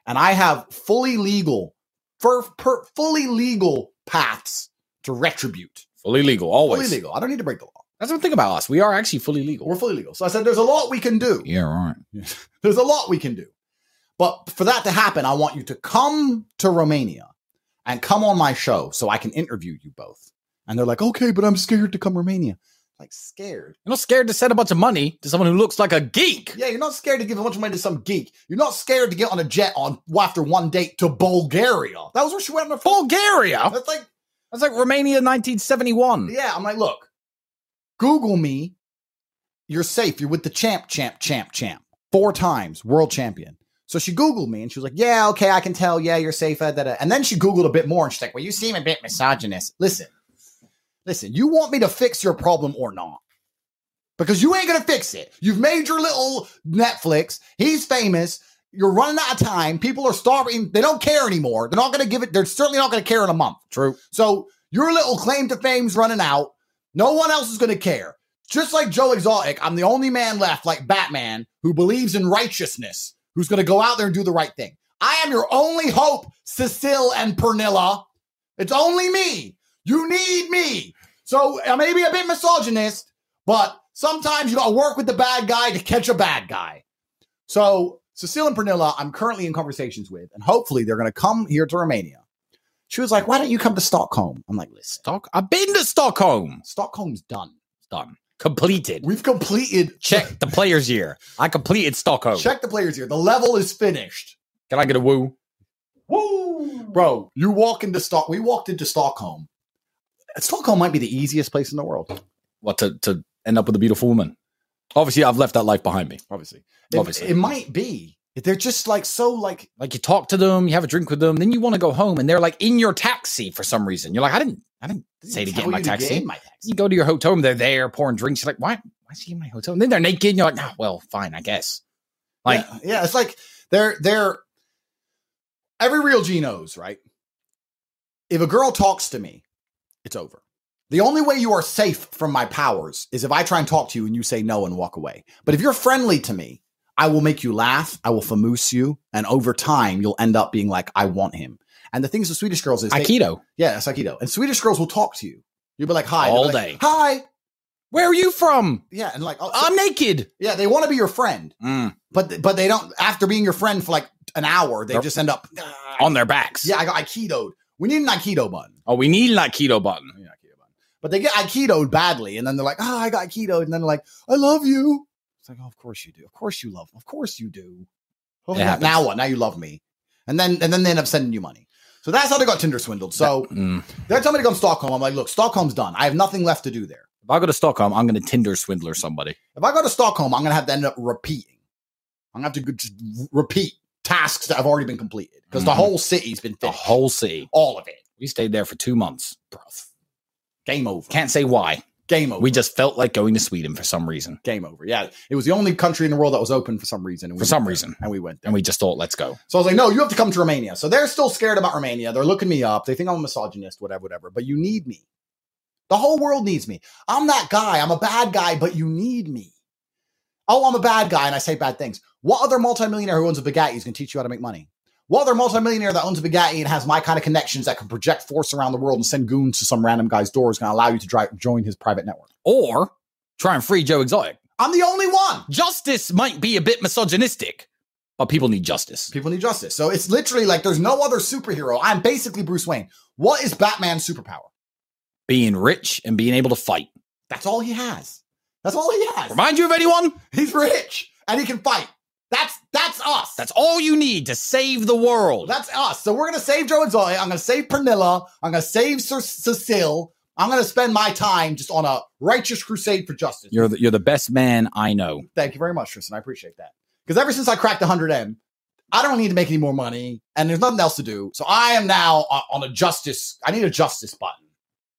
Speaker 2: And I have fully legal, for, per, fully legal paths to retribute.
Speaker 7: Fully legal,
Speaker 2: Fully
Speaker 7: always.
Speaker 2: legal. I don't need to break the law.
Speaker 7: That's one thing about us. We are actually fully
Speaker 2: We're
Speaker 7: legal.
Speaker 2: fully legal. So I said, there's a lot we can do.
Speaker 7: Yeah, right.
Speaker 2: There's a lot we can do. But for that to happen, I want you to come to Romania and come on my show so I can interview you both. And they're like, okay, but I'm scared to come Romania. Like, scared?
Speaker 7: You're not scared to send a bunch of money to someone who looks like a geek.
Speaker 2: Yeah, you're not scared to give a bunch of money to some geek. You're not scared to get on a jet on after one date to Bulgaria. That was where she went on her phone.
Speaker 7: Bulgaria.
Speaker 2: That's like,
Speaker 7: That's like Romania 1971.
Speaker 2: yeah. I'm like, look, Google me. You're safe. You're with the champ, champ, champ, champ. Four times world champion. So she Googled me and she was like, yeah, okay, I can tell. Yeah, you're safe. uh, da, da." And then she Googled a bit more and she's like, well, you seem a bit misogynist. Listen, listen, you want me to fix your problem or not? Because you ain't going to fix it. You've made your little Netflix. He's famous. You're running out of time. People are starving. They don't care anymore. They're not going to give it. They're certainly not going to care in a month.
Speaker 7: True.
Speaker 2: So your little claim to fame's running out. No one else is going to care. Just like Joe Exotic, I'm the only man left, like Batman, who believes in righteousness, who's going to go out there and do the right thing. I am your only hope, Cecile and Pernilla. It's only me. You need me. So I may be a bit misogynist, but sometimes you got to work with the bad guy to catch a bad guy. So Cecile and Pernilla, I'm currently in conversations with, and hopefully they're going to come here to Romania. She was like, "Why don't you come to Stockholm?" I'm like, "Listen,
Speaker 7: Stock. I've been to Stockholm.
Speaker 2: Stockholm's done.
Speaker 7: It's done. Completed.
Speaker 2: We've completed.
Speaker 7: Check the player's year. I completed
Speaker 2: *laughs*
Speaker 7: Stockholm.
Speaker 2: Check the players here. The level is finished."
Speaker 7: Can I get a woo?
Speaker 2: Bro, you walk into Stock. We walked into Stockholm. Stockholm might be the easiest place in the world.
Speaker 7: What to to end up with a beautiful woman? Obviously, I've left that life behind me. Obviously,
Speaker 2: It-
Speaker 7: obviously.
Speaker 2: it, might be. They're just like so like
Speaker 7: like you talk to them, you have a drink with them, then you want to go home, and they're like in your taxi for some reason. You're like, I didn't, I didn't say to
Speaker 2: Tell
Speaker 7: get in my
Speaker 2: you to
Speaker 7: taxi.
Speaker 2: in my taxi.
Speaker 7: You go to your hotel room, they're there pouring drinks. You're like, why? Why is he in my hotel? And then they're naked. And you're like, nah, well, fine, I guess. Like,
Speaker 2: yeah, yeah, it's like they're they're every real G knows, right? If a girl talks to me, it's over. The only way you are safe from my powers is if I try and talk to you and you say no and walk away. But if you're friendly to me, I will make you laugh, I will famoose you, and over time you'll end up being like, I want him. And the things with Swedish girls is they-
Speaker 7: Aikido.
Speaker 2: yeah, it's Aikido. And Swedish girls will talk to you. You'll be like, hi.
Speaker 7: All
Speaker 2: They'll be like,
Speaker 7: day.
Speaker 2: Hi.
Speaker 7: Where are you from?
Speaker 2: Yeah. And like, oh,
Speaker 7: I'm naked.
Speaker 2: yeah, they want to be your friend.
Speaker 7: Mm,
Speaker 2: but but they don't after being your friend for like an hour they
Speaker 7: They're-
Speaker 2: just end up
Speaker 7: on their backs.
Speaker 2: yeah i got aikidoed we need an aikido button
Speaker 7: Oh, we need an Aikido button.
Speaker 2: We need an aikido button but they get aikidoed badly and then they're like oh i got aikidoed and then they're like i love you it's like oh of course you do of course you love of course you do Oh,
Speaker 7: It
Speaker 2: now-
Speaker 7: happens.
Speaker 2: now what now you love me and then and then they end up sending you money so that's how they got tinder swindled so
Speaker 7: Mm.
Speaker 2: they're telling me to come to stockholm i'm like look stockholm's done i have nothing left to do there
Speaker 7: If I go to Stockholm, I'm going to Tinder swindler somebody.
Speaker 2: If I go to Stockholm, I'm going to have to end up repeating. I'm going to have to go- just r- repeat tasks that have already been completed because the
Speaker 7: Mhm.
Speaker 2: whole city's been
Speaker 7: The
Speaker 2: finished.
Speaker 7: whole city.
Speaker 2: all of it.
Speaker 7: We stayed there for two months. Bruv.
Speaker 2: Game over.
Speaker 7: Can't say why.
Speaker 2: Game over.
Speaker 7: We just felt like going to Sweden for some reason.
Speaker 2: Game over. Yeah, it was the only country in the world that was open for some reason. and we
Speaker 7: For some
Speaker 2: went there.
Speaker 7: reason.
Speaker 2: and we went there.
Speaker 7: And we just thought, let's go.
Speaker 2: So I was like, no, you have to come to Romania. So they're still scared about Romania. They're looking me up. They think I'm a misogynist, whatever, whatever. But you need me. The whole world needs me. I'm that guy. I'm a bad guy, but you need me. Oh, I'm a bad guy and I say bad things. What other multimillionaire who owns a Bugatti is going to teach you how to make money? What other multimillionaire that owns a Bugatti and has my kind of connections that can project force around the world and send goons to some random guy's door is going to allow you to drive, join his private network?
Speaker 7: Or try and free Joe Exotic.
Speaker 2: I'm the only one.
Speaker 7: Justice might be a bit misogynistic, but people need justice.
Speaker 2: People need justice. So it's literally like there's no other superhero. I'm basically Bruce Wayne. What is Batman's superpower?
Speaker 7: Being rich and being able to fight.
Speaker 2: That's all he has. That's all he has.
Speaker 7: Remind you of anyone?
Speaker 2: He's rich and he can fight. That's that's us.
Speaker 7: That's all you need to save the world.
Speaker 2: that's us. So we're gonna save Joe and Zoe. I'm gonna save Pernilla. I'm gonna save Sir Cecile. I'm gonna spend my time just on a righteous crusade for justice.
Speaker 7: You're the, you're the best man I know.
Speaker 2: Thank you very much, Tristan. I appreciate that. Because ever since I cracked 100M, I don't need to make any more money, and there's nothing else to do. So I am now on on a justice. I need a justice button.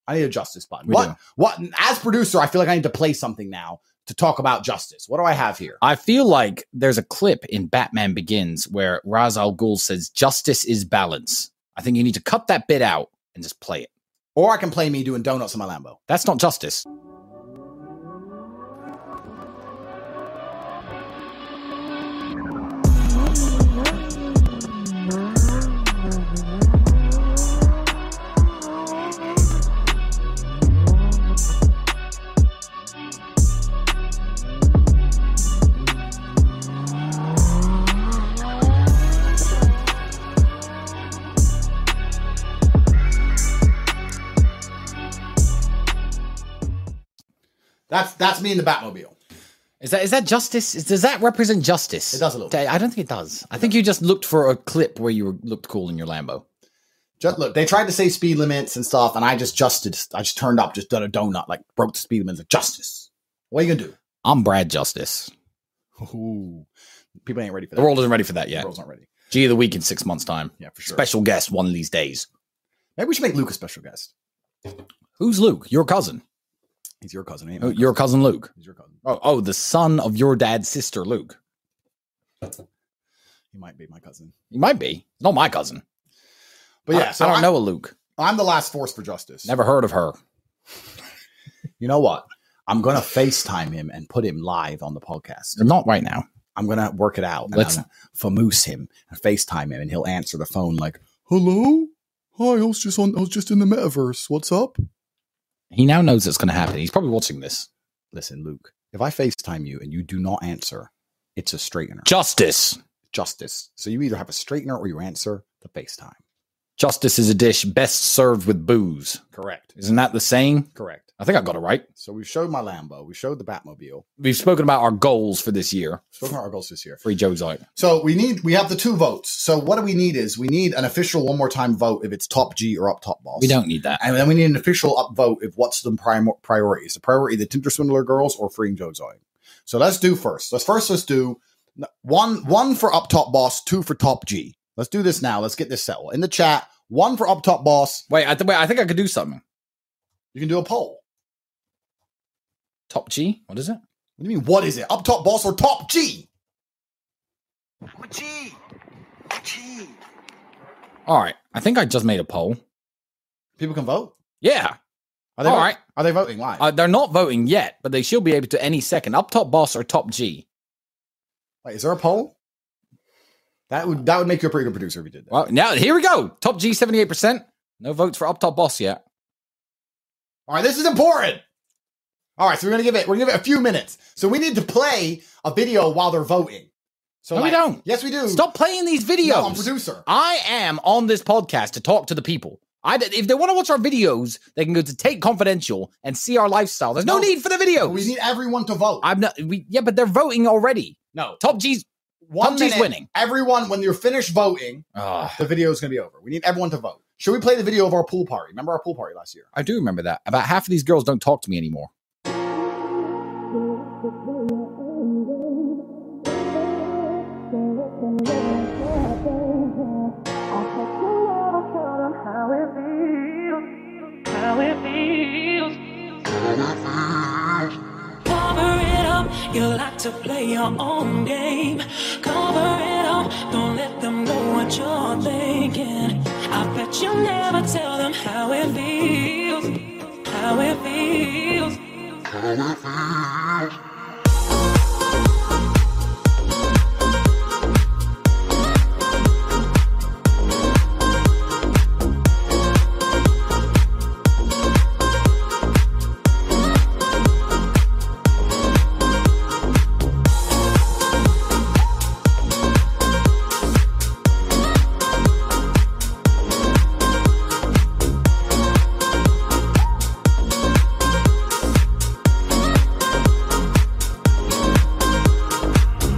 Speaker 2: I need a justice button.
Speaker 7: We
Speaker 2: what?
Speaker 7: do.
Speaker 2: What? As producer, I feel like I need to play something now to talk about justice. What do I have here?
Speaker 7: I feel like there's a clip in Batman Begins where Raz Al Ghul says, Justice is balance. I think you need to cut that bit out and just play it.
Speaker 2: Or I can play me doing donuts in my Lambo.
Speaker 7: That's not justice.
Speaker 2: That's that's me in the Batmobile.
Speaker 7: Is that is that justice? Is, does that represent justice?
Speaker 2: It does a little
Speaker 7: I don't think it does. I think you just looked for a clip where you were, looked cool in your Lambo.
Speaker 2: Just look, they tried to say speed limits and stuff, and I just justed. I just turned up, just done a donut, like broke the speed limits. Like justice. What are you gonna do?
Speaker 7: I'm Brad Justice.
Speaker 2: Ooh, people ain't ready for that.
Speaker 7: The world isn't ready for that
Speaker 2: The
Speaker 7: yet.
Speaker 2: world's not ready.
Speaker 7: G of the week in six months' time.
Speaker 2: Yeah, for sure.
Speaker 7: Special guest one of these days.
Speaker 2: Maybe we should make Luke a special guest.
Speaker 7: Who's Luke? Your cousin.
Speaker 2: He's your cousin. Ain't
Speaker 7: Oh, Your cousin Luke.
Speaker 2: He's your cousin.
Speaker 7: Oh, oh, the son of your dad's sister, Luke.
Speaker 2: He might be my cousin.
Speaker 7: He might be. Not my cousin.
Speaker 2: But yeah,
Speaker 7: I,
Speaker 2: so
Speaker 7: I don't
Speaker 2: I'm-
Speaker 7: know a Luke.
Speaker 2: I'm the last force for justice.
Speaker 7: Never heard of her.
Speaker 2: You know what? I'm gonna FaceTime him and put him live on the podcast.
Speaker 7: Not right now.
Speaker 2: I'm gonna work it out. And
Speaker 7: Let's-
Speaker 2: I'm gonna famoose him and FaceTime him, and he'll answer the phone like, "Hello, "Hi, I was just on. I was just in the metaverse. What's up?"
Speaker 7: He now knows it's going to happen. He's probably watching this.
Speaker 2: Listen, Luke. If I FaceTime you and you do not answer, it's a straightener.
Speaker 7: Justice.
Speaker 2: Justice. So you either have a straightener or you answer the FaceTime.
Speaker 7: Justice is a dish best served with booze.
Speaker 2: Correct.
Speaker 7: Isn't that the saying?
Speaker 2: Correct.
Speaker 7: I think I got it right.
Speaker 2: So we showed my Lambo. We showed the Batmobile.
Speaker 7: We've spoken about our goals for this year.
Speaker 2: Spoken about our goals this year.
Speaker 7: Free Joe's out.
Speaker 2: So we need we have the two votes. So what do we need is we need an official one more time vote if it's top G or up top boss.
Speaker 7: We don't need that.
Speaker 2: And then we need an official upvote if what's the prim- priority. Is the priority the Tinder Swindler girls or freeing Joe Zoe? So let's do first. Let's first let's do n- one one for up top boss, two for top G. Let's do this now. Let's get this settled in the chat. One for up top boss.
Speaker 7: Wait, I, th- wait, I think I could do something.
Speaker 2: You can do a poll.
Speaker 7: Top G? What is it?
Speaker 2: What do you mean? What is it? Up top boss or top G?
Speaker 9: G. G.
Speaker 7: All right. I think I just made a poll.
Speaker 2: People can vote.
Speaker 7: Yeah.
Speaker 2: Are they
Speaker 7: All
Speaker 2: voting?
Speaker 7: right.
Speaker 2: Are they voting live?
Speaker 7: Uh, they're not voting yet, but they should be able to any second. Up top boss or top G?
Speaker 2: Wait, is there a poll? That would that would make you a pretty good producer if you did that.
Speaker 7: Well, now here we go. Top G, 78%. No votes for up top boss yet.
Speaker 2: All right, this is important. All right, so we're gonna give it we're gonna give it a few minutes. So we need to play a video while they're voting. So
Speaker 7: No,
Speaker 2: like-
Speaker 7: we don't.
Speaker 2: Yes, we do.
Speaker 7: Stop playing these videos.
Speaker 2: No, I'm producer.
Speaker 7: I am on this podcast to talk to the people. I, if they want to watch our videos, they can go to Take Confidential and see our lifestyle. There's no,
Speaker 2: No,
Speaker 7: need for the videos.
Speaker 2: We need everyone to vote.
Speaker 7: I'm not. We, yeah, but they're voting already.
Speaker 2: no,
Speaker 7: Top G's.
Speaker 2: one
Speaker 7: PUBG's
Speaker 2: minute,
Speaker 7: winning.
Speaker 2: Everyone, when you're finished voting,
Speaker 7: Ah,
Speaker 2: the video is gonna be over. We need everyone to vote. Should we play the video of our pool party? Remember our pool party last year?
Speaker 7: I do remember that. About half of these girls don't talk to me anymore.
Speaker 3: Cover it up, you like to play your own game. Cover it up, don't let them know what you're thinking. I bet you never tell them how it feels. How it feels.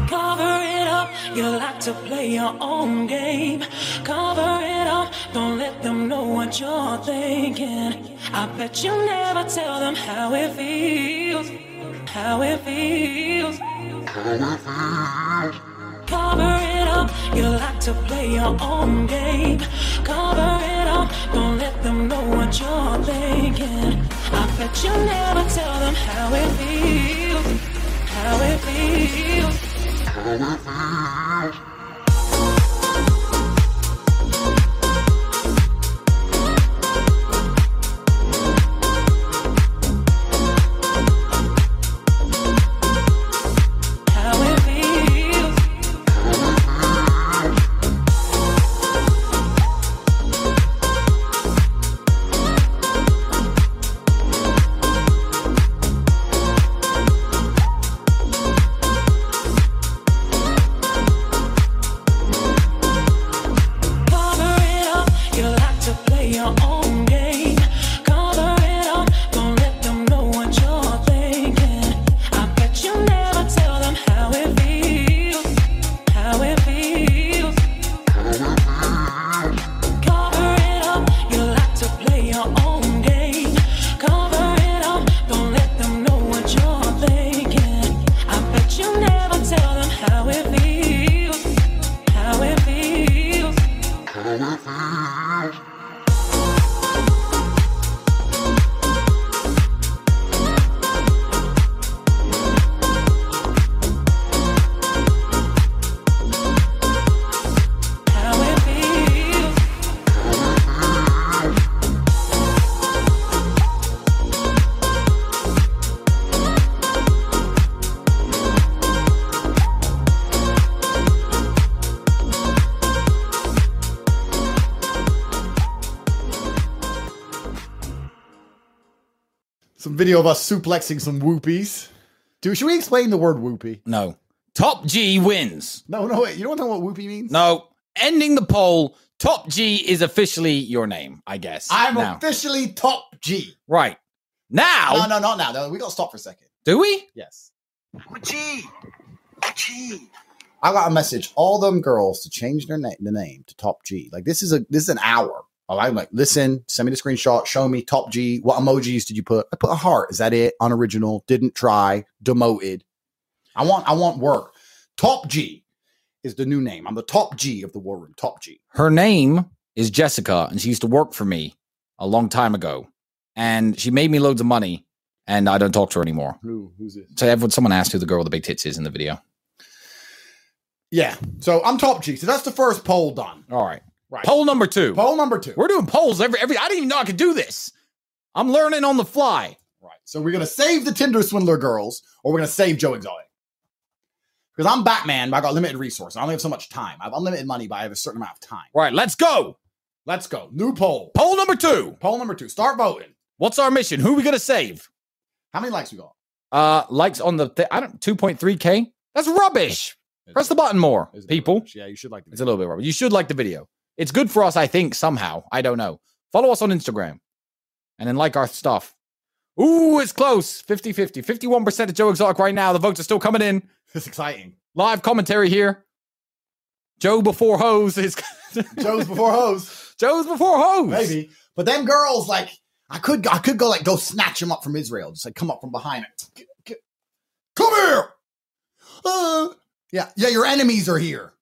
Speaker 3: Cover it up, you like to play your own game. Cover it up, don't let them know what you're thinking. I bet you never tell them how it feels. How it feels. Cover it up, you like to play your own game. Cover it up, don't let them know what you're thinking. I bet you never tell them how it feels. How it feels. How it feels. Cover it up, you like to play your own game. Cover it up, don't let them know what you're thinking. I bet you never tell them how it feels. How it feels. Cover it up, you like to play your own game. Cover it up, don't let them know what you're thinking. I bet you never tell them how it feels. How it feels.
Speaker 2: Some video of us suplexing some whoopies. Dude, should we explain the word whoopie?
Speaker 7: No. Top G wins.
Speaker 2: No, no, wait. You don't know what whoopie means?
Speaker 7: No. Ending the poll, Top G is officially your name, I guess.
Speaker 2: I'm
Speaker 7: now.
Speaker 2: officially top G.
Speaker 7: right. Now,
Speaker 2: No, no, not now. No, we got to stop for a second.
Speaker 7: do we?
Speaker 2: Yes.
Speaker 9: I'm a G. A G.
Speaker 2: I got a message. All them girls to change their na- the name to Top G. Like this is a this is an hour. Oh, I'm like, listen, send me the screenshot. Show me Top G. What emojis did you put? I put a heart. Is that it? Unoriginal. Didn't try. Demoted. I want I want work. Top G is the new name. I'm the Top G of the War Room. Top G.
Speaker 7: Her name is Jessica, and she used to work for me a long time ago. And she made me loads of money, and I don't talk to her anymore.
Speaker 2: Who who's this?
Speaker 7: So everyone, someone asked who the girl with the big tits is in the video.
Speaker 2: Yeah. So I'm Top G. So that's the first poll done.
Speaker 7: All right.
Speaker 2: Right.
Speaker 7: Poll number two.
Speaker 2: Poll number two.
Speaker 7: We're doing polls every every. I didn't even know I could do this. I'm learning on the fly.
Speaker 2: Right. So we're gonna save the Tinder swindler girls, or we're gonna save Joe Exotic. Because I'm Batman, but I got limited resources. I only have so much time. I have unlimited money, but I have a certain amount of time.
Speaker 7: All right, let's go.
Speaker 2: Let's go. New poll.
Speaker 7: Poll number two.
Speaker 2: Poll number two. Start voting.
Speaker 7: What's our mission? Who are we gonna save?
Speaker 2: How many likes we got?
Speaker 7: Uh, likes on the th- I don't 2.3k. That's rubbish. Press the button more,
Speaker 2: Is it
Speaker 7: people.
Speaker 2: rubbish? Yeah, you should like the
Speaker 7: It's a little bit rubbish. You should like the video. It's good for us, I think. Somehow, I don't know. Follow us on Instagram, and then like our stuff. Ooh, it's close. 50-50. 51% of Joe Exotic right now. The votes are still coming in.
Speaker 2: It's exciting.
Speaker 7: Live commentary here. Joe before hose is *laughs*
Speaker 2: Joe's *laughs* before hose.
Speaker 7: Joe's before hose.
Speaker 2: Maybe. But them girls, like, I could I could go like go snatch him up from Israel. Just like come up from behind it. Come here. Uh, yeah. Yeah, your enemies are here.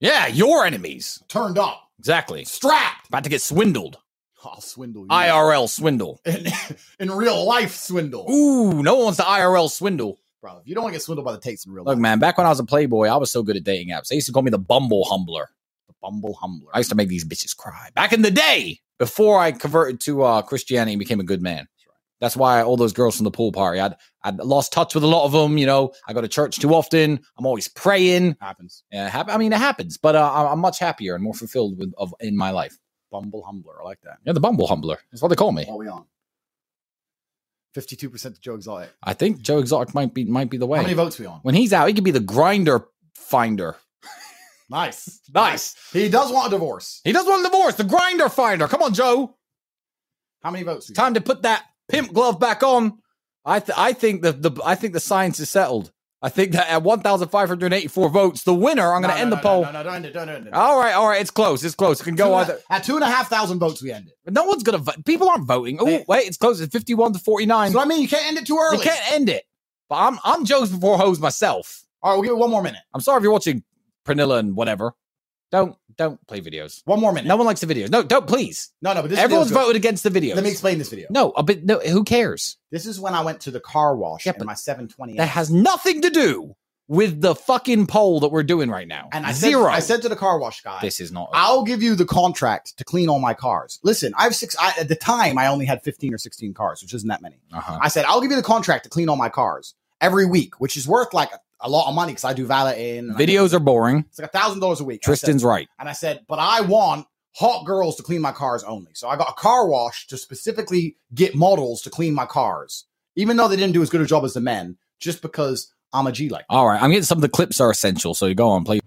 Speaker 7: Yeah, your enemies.
Speaker 2: Turned up.
Speaker 7: Exactly.
Speaker 2: Strapped.
Speaker 7: About to get swindled.
Speaker 2: I'll swindle you.
Speaker 7: IRL swindle.
Speaker 2: in, *laughs* in real life swindle.
Speaker 7: Ooh, no one wants to IRL swindle.
Speaker 2: Bro, if you don't want to get swindled by the tapes in real
Speaker 7: Look,
Speaker 2: life,
Speaker 7: man, back when I was a Playboy, I was so good at dating apps. They used to call me the Bumble Humbler.
Speaker 2: the Bumble Humbler.
Speaker 7: I used to make these bitches cry. Back in the day, before I converted to uh, Christianity and became a good man. That's why all those girls from the pool party, I'd, I'd lost touch with a lot of them. You know, I go to church too often. I'm always praying.
Speaker 2: happens.
Speaker 7: Yeah, it hap- I mean, it happens, but uh, I'm I'm much happier and more fulfilled with, of, in my life.
Speaker 2: Bumble Humbler. I like that.
Speaker 7: Yeah, the Bumble Humbler. That's what they call me.
Speaker 2: What are we on? 52% to Joe Exotic.
Speaker 7: I think Joe Exotic might be might be the
Speaker 2: How many
Speaker 7: way.
Speaker 2: votes we on?
Speaker 7: When he's out, he could be the grinder finder.
Speaker 2: Nice.
Speaker 7: Nice.
Speaker 2: He does want a divorce.
Speaker 7: He does want a divorce. The grinder finder. Come on, Joe.
Speaker 2: How many votes we got?
Speaker 7: Time to put that pimp glove back on. I th- I think the, the I think the science is settled. I think that at 1,584 votes, the winner. I'm going to
Speaker 2: No,
Speaker 7: end
Speaker 2: no,
Speaker 7: the
Speaker 2: no,
Speaker 7: poll.
Speaker 2: No, no, no, don't end it, don't end it.
Speaker 7: All right, all right. It's close. It's close. It can go
Speaker 2: Two and a-
Speaker 7: either.
Speaker 2: At two and a half thousand votes, we end it.
Speaker 7: No one's going to vote. People aren't voting. Oh
Speaker 2: They-
Speaker 7: wait, it's close. It's 51 to 49.
Speaker 2: That's what I mean. You can't end it too early.
Speaker 7: You can't end it. But I'm I'm Joe's before hose myself.
Speaker 2: All right, we'll give it one more minute.
Speaker 7: I'm sorry if you're watching Pranilla and whatever. Don't don't play videos.
Speaker 2: One more minute.
Speaker 7: No one likes the videos. No, don't please.
Speaker 2: no, no but this
Speaker 7: Everyone's
Speaker 2: voting.
Speaker 7: voted against the videos.
Speaker 2: Let me explain this video.
Speaker 7: no, a bit, no. Who cares?
Speaker 2: This is when I went to the car wash
Speaker 7: Yeah,
Speaker 2: in
Speaker 7: but
Speaker 2: my 720.
Speaker 7: That has nothing to do with the fucking poll that we're doing right now.
Speaker 2: and I said,
Speaker 7: zero.
Speaker 2: I said to the car wash guy,
Speaker 7: this is not.
Speaker 2: I'll give you the contract to clean all my cars. Listen, I have six. I, at the time, I only had 15 or 16 cars, which isn't that many.
Speaker 7: uh-huh.
Speaker 2: I said, I'll give you the contract to clean all my cars every week, which is worth like a, a lot of money because I do valeting. and I-
Speaker 7: Videos are boring.
Speaker 2: it's like a thousand dollars a week. And I said-
Speaker 7: Tristan's right.
Speaker 2: and I said, but I want hot girls to clean my cars only. So I got a car wash to specifically get models to clean my cars, even though they didn't do as good a job as the men, just because I'm a G like.
Speaker 7: All right, I'm getting some of the clips are essential. So go on, please.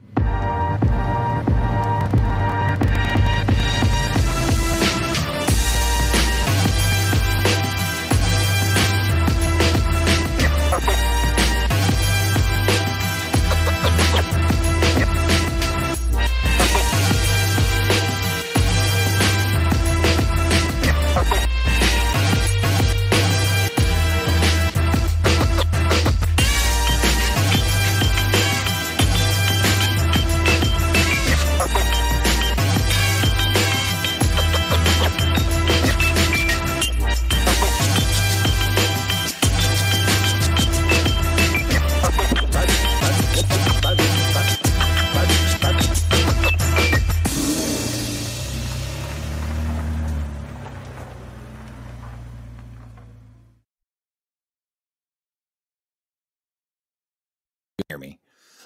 Speaker 7: Hear me.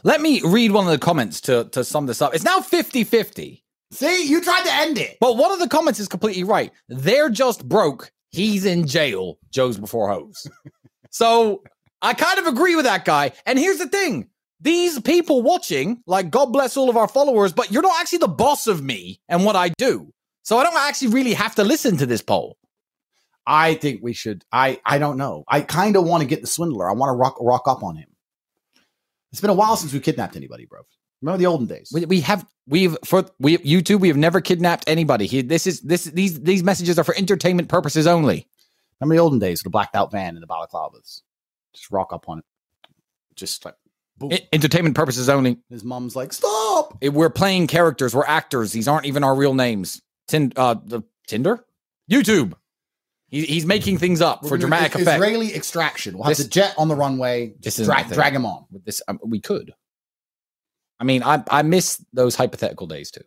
Speaker 7: Let me read one of the comments to to sum this up. It's now 50 50.
Speaker 2: See, you tried to end it.
Speaker 7: But one of the comments is completely right. They're just broke. He's in jail. Joe's before
Speaker 2: *laughs*
Speaker 7: hose. so I kind of agree with that guy. And here's the thing these people watching, like, God bless all of our followers, but you're not actually the boss of me and what I do. So I don't actually really have to listen to this poll.
Speaker 2: I think we should. I I don't know. I kind of want to get the swindler. I want to rock rock up on him. It's been a while since we kidnapped anybody, bro. Remember the olden days?
Speaker 7: We, we have we've for we you two we have never kidnapped anybody. He, this is this these these messages are for entertainment purposes only.
Speaker 2: Remember the olden days with the blacked out van and the balaclavas? Just rock up on it. Just like boom.
Speaker 7: E- entertainment purposes only.
Speaker 2: His mom's like, stop.
Speaker 7: It- we're playing characters. We're actors. These aren't even our real names. Tin, uh, the Tinder, YouTube. He, he's making things up for
Speaker 2: We're gonna do
Speaker 7: dramatic
Speaker 2: Is-
Speaker 7: effect.
Speaker 2: Israeli extraction. We'll have
Speaker 7: This-
Speaker 2: the jet on the runway. Just
Speaker 7: This is
Speaker 2: drag,
Speaker 7: nothing.
Speaker 2: drag him on.
Speaker 7: With this, um, we could. I mean, I I miss those hypothetical days too.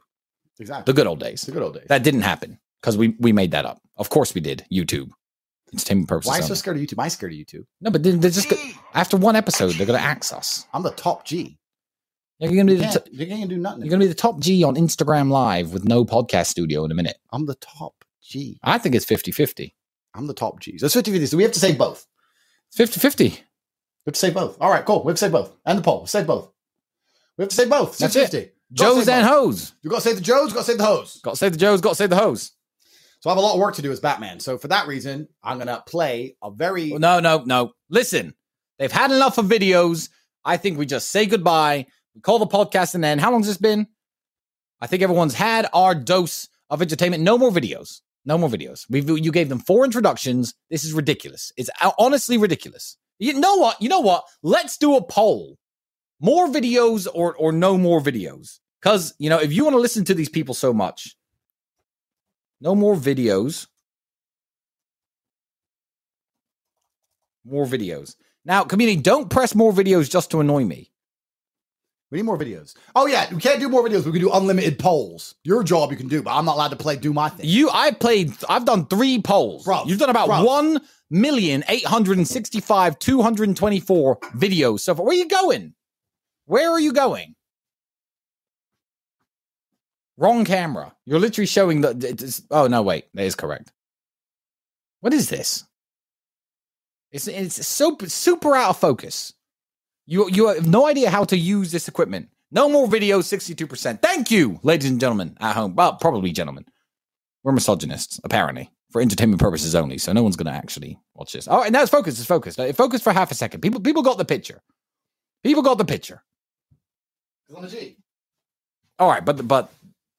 Speaker 2: Exactly.
Speaker 7: The good old days.
Speaker 2: It's the good old days.
Speaker 7: That didn't happen because we we made that up. Of course we did. YouTube, entertainment purposes.
Speaker 2: Why are you so
Speaker 7: only.
Speaker 2: scared of YouTube? I'm scared of YouTube.
Speaker 7: no, but then they're just go-
Speaker 9: Gee.
Speaker 7: after one episode they're gonna axe us.
Speaker 2: I'm the top G.
Speaker 7: You're gonna be
Speaker 2: You
Speaker 7: the
Speaker 2: can't,
Speaker 7: t-
Speaker 2: you can't do nothing.
Speaker 7: you're gonna be the top G on Instagram Live with no podcast studio in a minute.
Speaker 2: I'm the top G.
Speaker 7: I think it's 50-50.
Speaker 2: I'm the top G. So it's 50 50. So we have to say both.
Speaker 7: 50-50.
Speaker 2: We have to say both. All right, cool. We have to say both. And the poll. Say both. We have to say both.
Speaker 7: That's
Speaker 2: 50.
Speaker 7: Joe's and hose.
Speaker 2: You gotta save the Joes, gotta save the hose.
Speaker 7: Got to save the Joes. Got to save the hose.
Speaker 2: So I have a lot of work to do as Batman. So for that reason, I'm gonna play a very
Speaker 7: Well, Oh, no, no, no. Listen, they've had enough of videos. I think we just say goodbye. We call the podcast and then how long's this been? I think everyone's had our dose of entertainment. No more videos. No more videos. We've you gave them four introductions. This is ridiculous. It's ho- honestly ridiculous. You know what? You know what? Let's do a poll. More videos or or no more videos? Because you know, if you want to listen to these people so much, no more videos. more videos. Now, community, don't press more videos just to annoy me.
Speaker 2: we need more videos. Oh yeah, we can't do more videos, we can do unlimited polls. Your job you can do, but I'm not allowed to play do my thing.
Speaker 7: You, I played, I've done three polls.
Speaker 2: Bro,
Speaker 7: You've done about
Speaker 2: bro.
Speaker 7: one million eight hundred and sixty-five two hundred and twenty-four videos so far. Where are you going? Where are you going? Wrong camera. You're literally showing the. it- it's- oh no, wait, that is correct. What is this? It's it's so super out of focus. You you have no idea how to use this equipment. No more video, sixty-two percent. Thank you, ladies and gentlemen at home. Well, probably gentlemen. We're misogynists, apparently, for entertainment purposes only. So no one's going to actually watch this. Oh, All right, now it's focused. It's focused. It focused for half a second. People people got the picture. People got the picture.
Speaker 2: I'm a G.
Speaker 7: All right, but the, but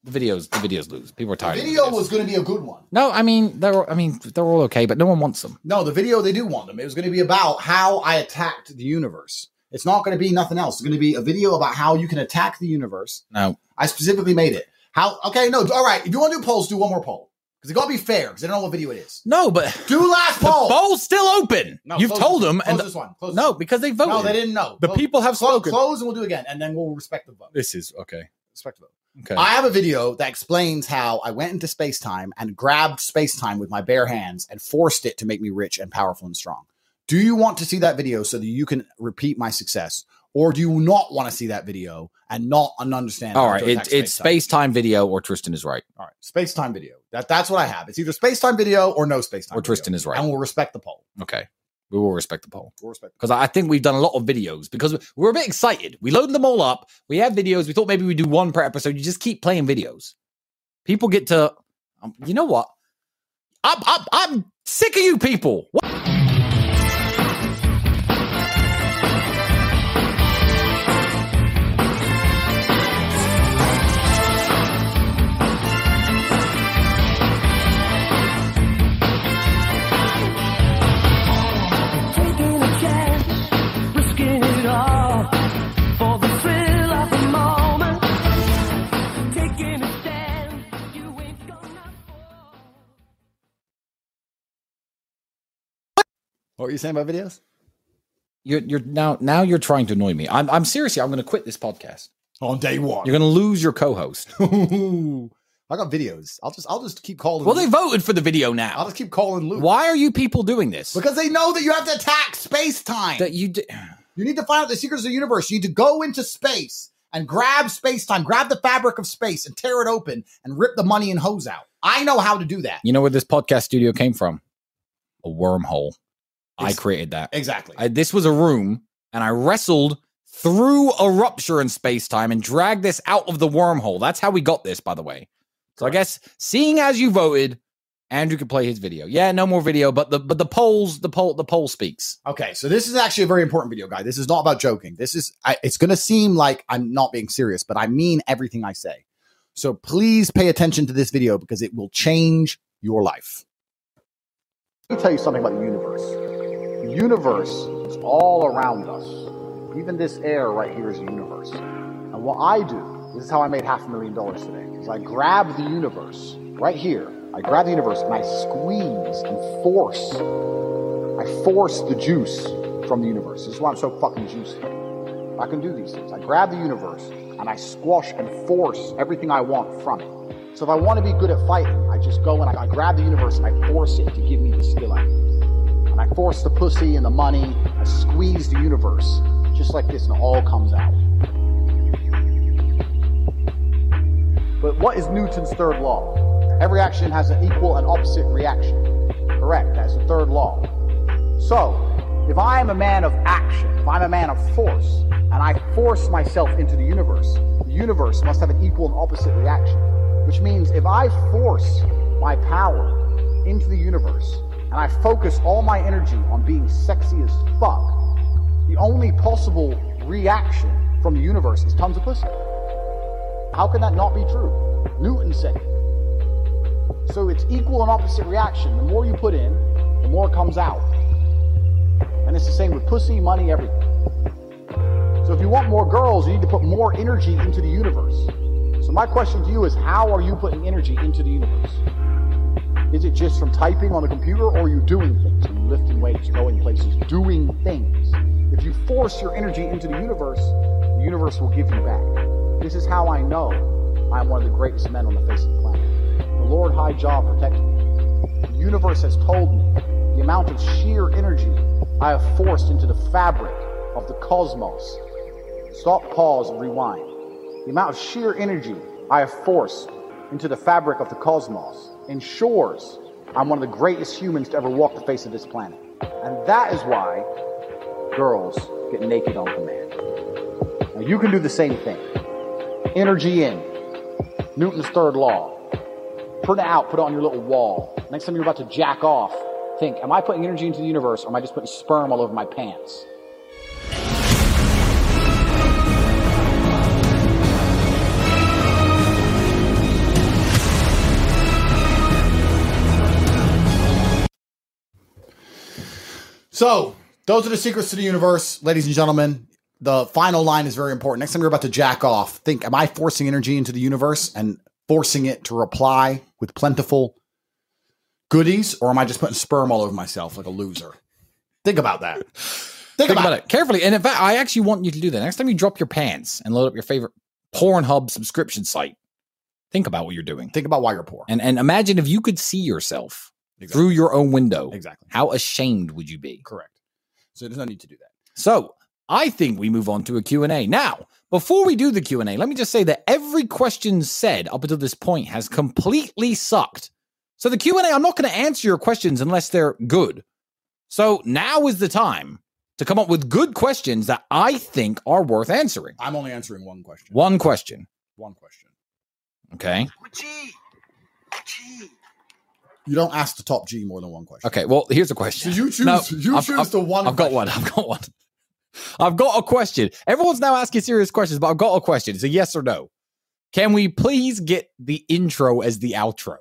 Speaker 7: the videos the videos lose. People are tired. of the
Speaker 2: Video
Speaker 7: videos.
Speaker 2: was gonna be a good one.
Speaker 7: no. I mean they're I mean they're all okay, but no one wants them.
Speaker 2: No, the video they do want them. It was gonna be about how I attacked the universe. It's not gonna be nothing else. It's gonna be a video about how you can attack the universe.
Speaker 7: No,
Speaker 2: I specifically made it. How okay, no, all right. If you want to do polls, do one more poll. Because it gotta be fair, because I don't know what video it is.
Speaker 7: no, but
Speaker 2: Do last
Speaker 7: the
Speaker 2: poll.
Speaker 7: bowl's still open.
Speaker 2: No,
Speaker 7: You've
Speaker 2: close
Speaker 7: told
Speaker 2: this-
Speaker 7: them,
Speaker 2: Close
Speaker 7: and
Speaker 2: this one. Close
Speaker 7: no,
Speaker 2: this
Speaker 7: because they
Speaker 2: one.
Speaker 7: voted.
Speaker 2: no, they didn't know.
Speaker 7: The
Speaker 2: Close-
Speaker 7: people have
Speaker 2: close,
Speaker 7: spoken.
Speaker 2: Close, and we'll do it again, and then we'll respect the vote.
Speaker 7: This is okay.
Speaker 2: Respect the vote.
Speaker 7: Okay.
Speaker 2: I have a video that explains how I went into space time and grabbed space time with my bare hands and forced it to make me rich and powerful and strong. Do you want to see that video so that you can repeat my success, or do you not want to see that video and not un- understand?
Speaker 7: All
Speaker 2: how
Speaker 7: right,
Speaker 2: to attack
Speaker 7: it's it's
Speaker 2: space-time?
Speaker 7: space time video or Tristan is right
Speaker 2: All right, space time video. That that's what I have. It's either space time video or no space time.
Speaker 7: or Tristan is
Speaker 2: and
Speaker 7: right.
Speaker 2: we'll respect the poll.
Speaker 7: Okay, we will respect the poll
Speaker 2: We'll respect.
Speaker 7: because I I think we've done a lot of videos because we're a bit excited. We loaded them all up. We have videos. We thought maybe we do one per episode. You just keep playing videos. People get to, um, you know what? I'm I'm, I'm sick of you people. What?
Speaker 3: Taking a chance, risking it all for the thrill of the moment. Taking a stand, you ain't gonna fall.
Speaker 2: What were you saying about videos?
Speaker 7: You're you're now now you're trying to annoy me. I'm I'm seriously. I'm going to quit this podcast.
Speaker 2: On day one.
Speaker 7: You're going to lose your co-host. *laughs*
Speaker 2: Ooh, *laughs* I got videos. I'll just I'll just keep calling.
Speaker 7: Well, they voted for the video now.
Speaker 2: I'll just keep calling Luke
Speaker 7: Why are you people doing this?
Speaker 2: because they know that you have to attack space time.
Speaker 7: That you d-
Speaker 2: you need to find out the secrets of the universe. You need to go into space and grab space time, grab the fabric of space, and tear it open and rip the money and hose out. I know how to do that.
Speaker 7: you know where this podcast studio came from? a wormhole. I
Speaker 2: Ex-
Speaker 7: created that.
Speaker 2: Exactly.
Speaker 7: I, this was a room, and I wrestled through a rupture in space time and dragged this out of the wormhole. That's how we got this, by the way. So I guess seeing as you voted, Andrew could play his video. Yeah, no more video, but the but the polls, the poll, the poll speaks.
Speaker 2: Okay, so this is actually a very important video, guy. This is not about joking. This is I, it's going to seem like I'm not being serious, but I mean everything I say. So please pay attention to this video because it will change your life. Let me tell you something about the universe. The universe is all around us. Even this air right here is a universe. And what I do, this is how I made half a million dollars today, is I grab the universe right here. I grab the universe and I squeeze and force I force the juice from the universe. This is why I'm so fucking juicy. I can do these things. I grab the universe and I squash and force everything I want from it. So if I want to be good at fighting, I just go and I, I grab the universe and I force it to give me the skill I need. And I force the pussy and the money. I squeeze the universe just like this, and it all comes out. But what is Newton's third law? Every action has an equal and opposite reaction. Correct. That's the third law. So, if I am a man of action, if I'm a man of force, and I force myself into the universe, the universe must have an equal and opposite reaction. Which means if I force my power into the universe, and I focus all my energy on being sexy as fuck, the only possible reaction from the universe is tons of pussy. How can that not be true? Newton said it. So it's equal and opposite reaction. The more you put in, the more comes out. And it's the same with pussy, money, everything. So if you want more girls, you need to put more energy into the universe. So my question to you is how are you putting energy into the universe? Is it just from typing on a computer or are you doing things? Are you lifting weights, going places, doing things? If you force your energy into the universe, the universe will give you back. This is how I know I'm one of the greatest men on the face of the planet. The Lord High Jaw protected me. The universe has told me the amount of sheer energy I have forced into the fabric of the cosmos. Stop, pause, and rewind. The amount of sheer energy I have forced into the fabric of the cosmos ensures I'm one of the greatest humans to ever walk the face of this planet. And that is why girls get naked on command. Now you can do the same thing. Energy in. Newton's third law print it out, put it on your little wall. Next time you're about to jack off, think, am I putting energy into the universe or am I just putting sperm all over my pants? So, those are the secrets to the universe, ladies and gentlemen. The final line is very important. Next time you're about to jack off, think, am I forcing energy into the universe and forcing it to reply with plentiful goodies, or am I just putting sperm all over myself like a loser? Think about that. Think,
Speaker 7: Think
Speaker 2: about,
Speaker 7: about it carefully. And in fact, I actually want you to do that next time you drop your pants and load up your favorite Pornhub subscription site. Think about what you're doing,
Speaker 2: it. Think about why you're poor.
Speaker 7: and and imagine if you could see yourself through your own window.
Speaker 2: Exactly.
Speaker 7: How ashamed would you be?
Speaker 2: Correct. So there's no need to do that.
Speaker 7: So I think we move on to a Q&A. Now, before we do the Q&A, let me just say that every question said up until this point has completely sucked. So the Q&A, I'm not going to answer your questions unless they're good. So now is the time to come up with good questions that I think are worth answering.
Speaker 2: I'm only answering one question.
Speaker 7: One question,
Speaker 2: One question.
Speaker 7: okay?
Speaker 9: Achee. Achee.
Speaker 2: You don't ask the top G more than one question.
Speaker 7: Okay, well, here's a question.
Speaker 2: So you choose- you choose the one
Speaker 7: I've got one. I've got one. I've got a question. Everyone's now asking serious questions, but I've got a question. It's a yes or no. Can we please get the intro as the outro?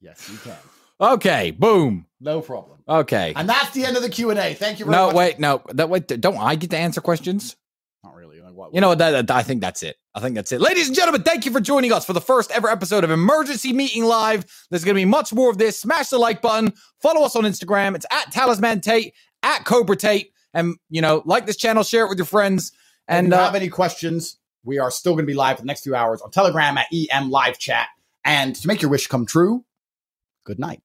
Speaker 2: Yes, you can.
Speaker 7: Okay, boom.
Speaker 2: No
Speaker 7: *laughs*
Speaker 2: problem.
Speaker 7: Okay.
Speaker 2: And that's the end of the Q and A. Thank you very
Speaker 7: No,
Speaker 2: much.
Speaker 7: wait, no. That wait, don't I get to answer questions?
Speaker 2: Not really. Like, what-
Speaker 7: You know, that, that- I think that's it. I think that's it. Ladies and gentlemen, thank you for joining us for the first ever episode of Emergency Meeting Live. There's going to be much more of this. Smash the like button. Follow us on Instagram. It's at Talisman Tate, at Cobra Tate. And, you know, like this channel, share it with your friends.
Speaker 2: If
Speaker 7: And
Speaker 2: you
Speaker 7: uh,
Speaker 2: have any questions, we are still going to be live for the E next few hours on Telegram at EM Live Chat. And to make your wish come true, good night.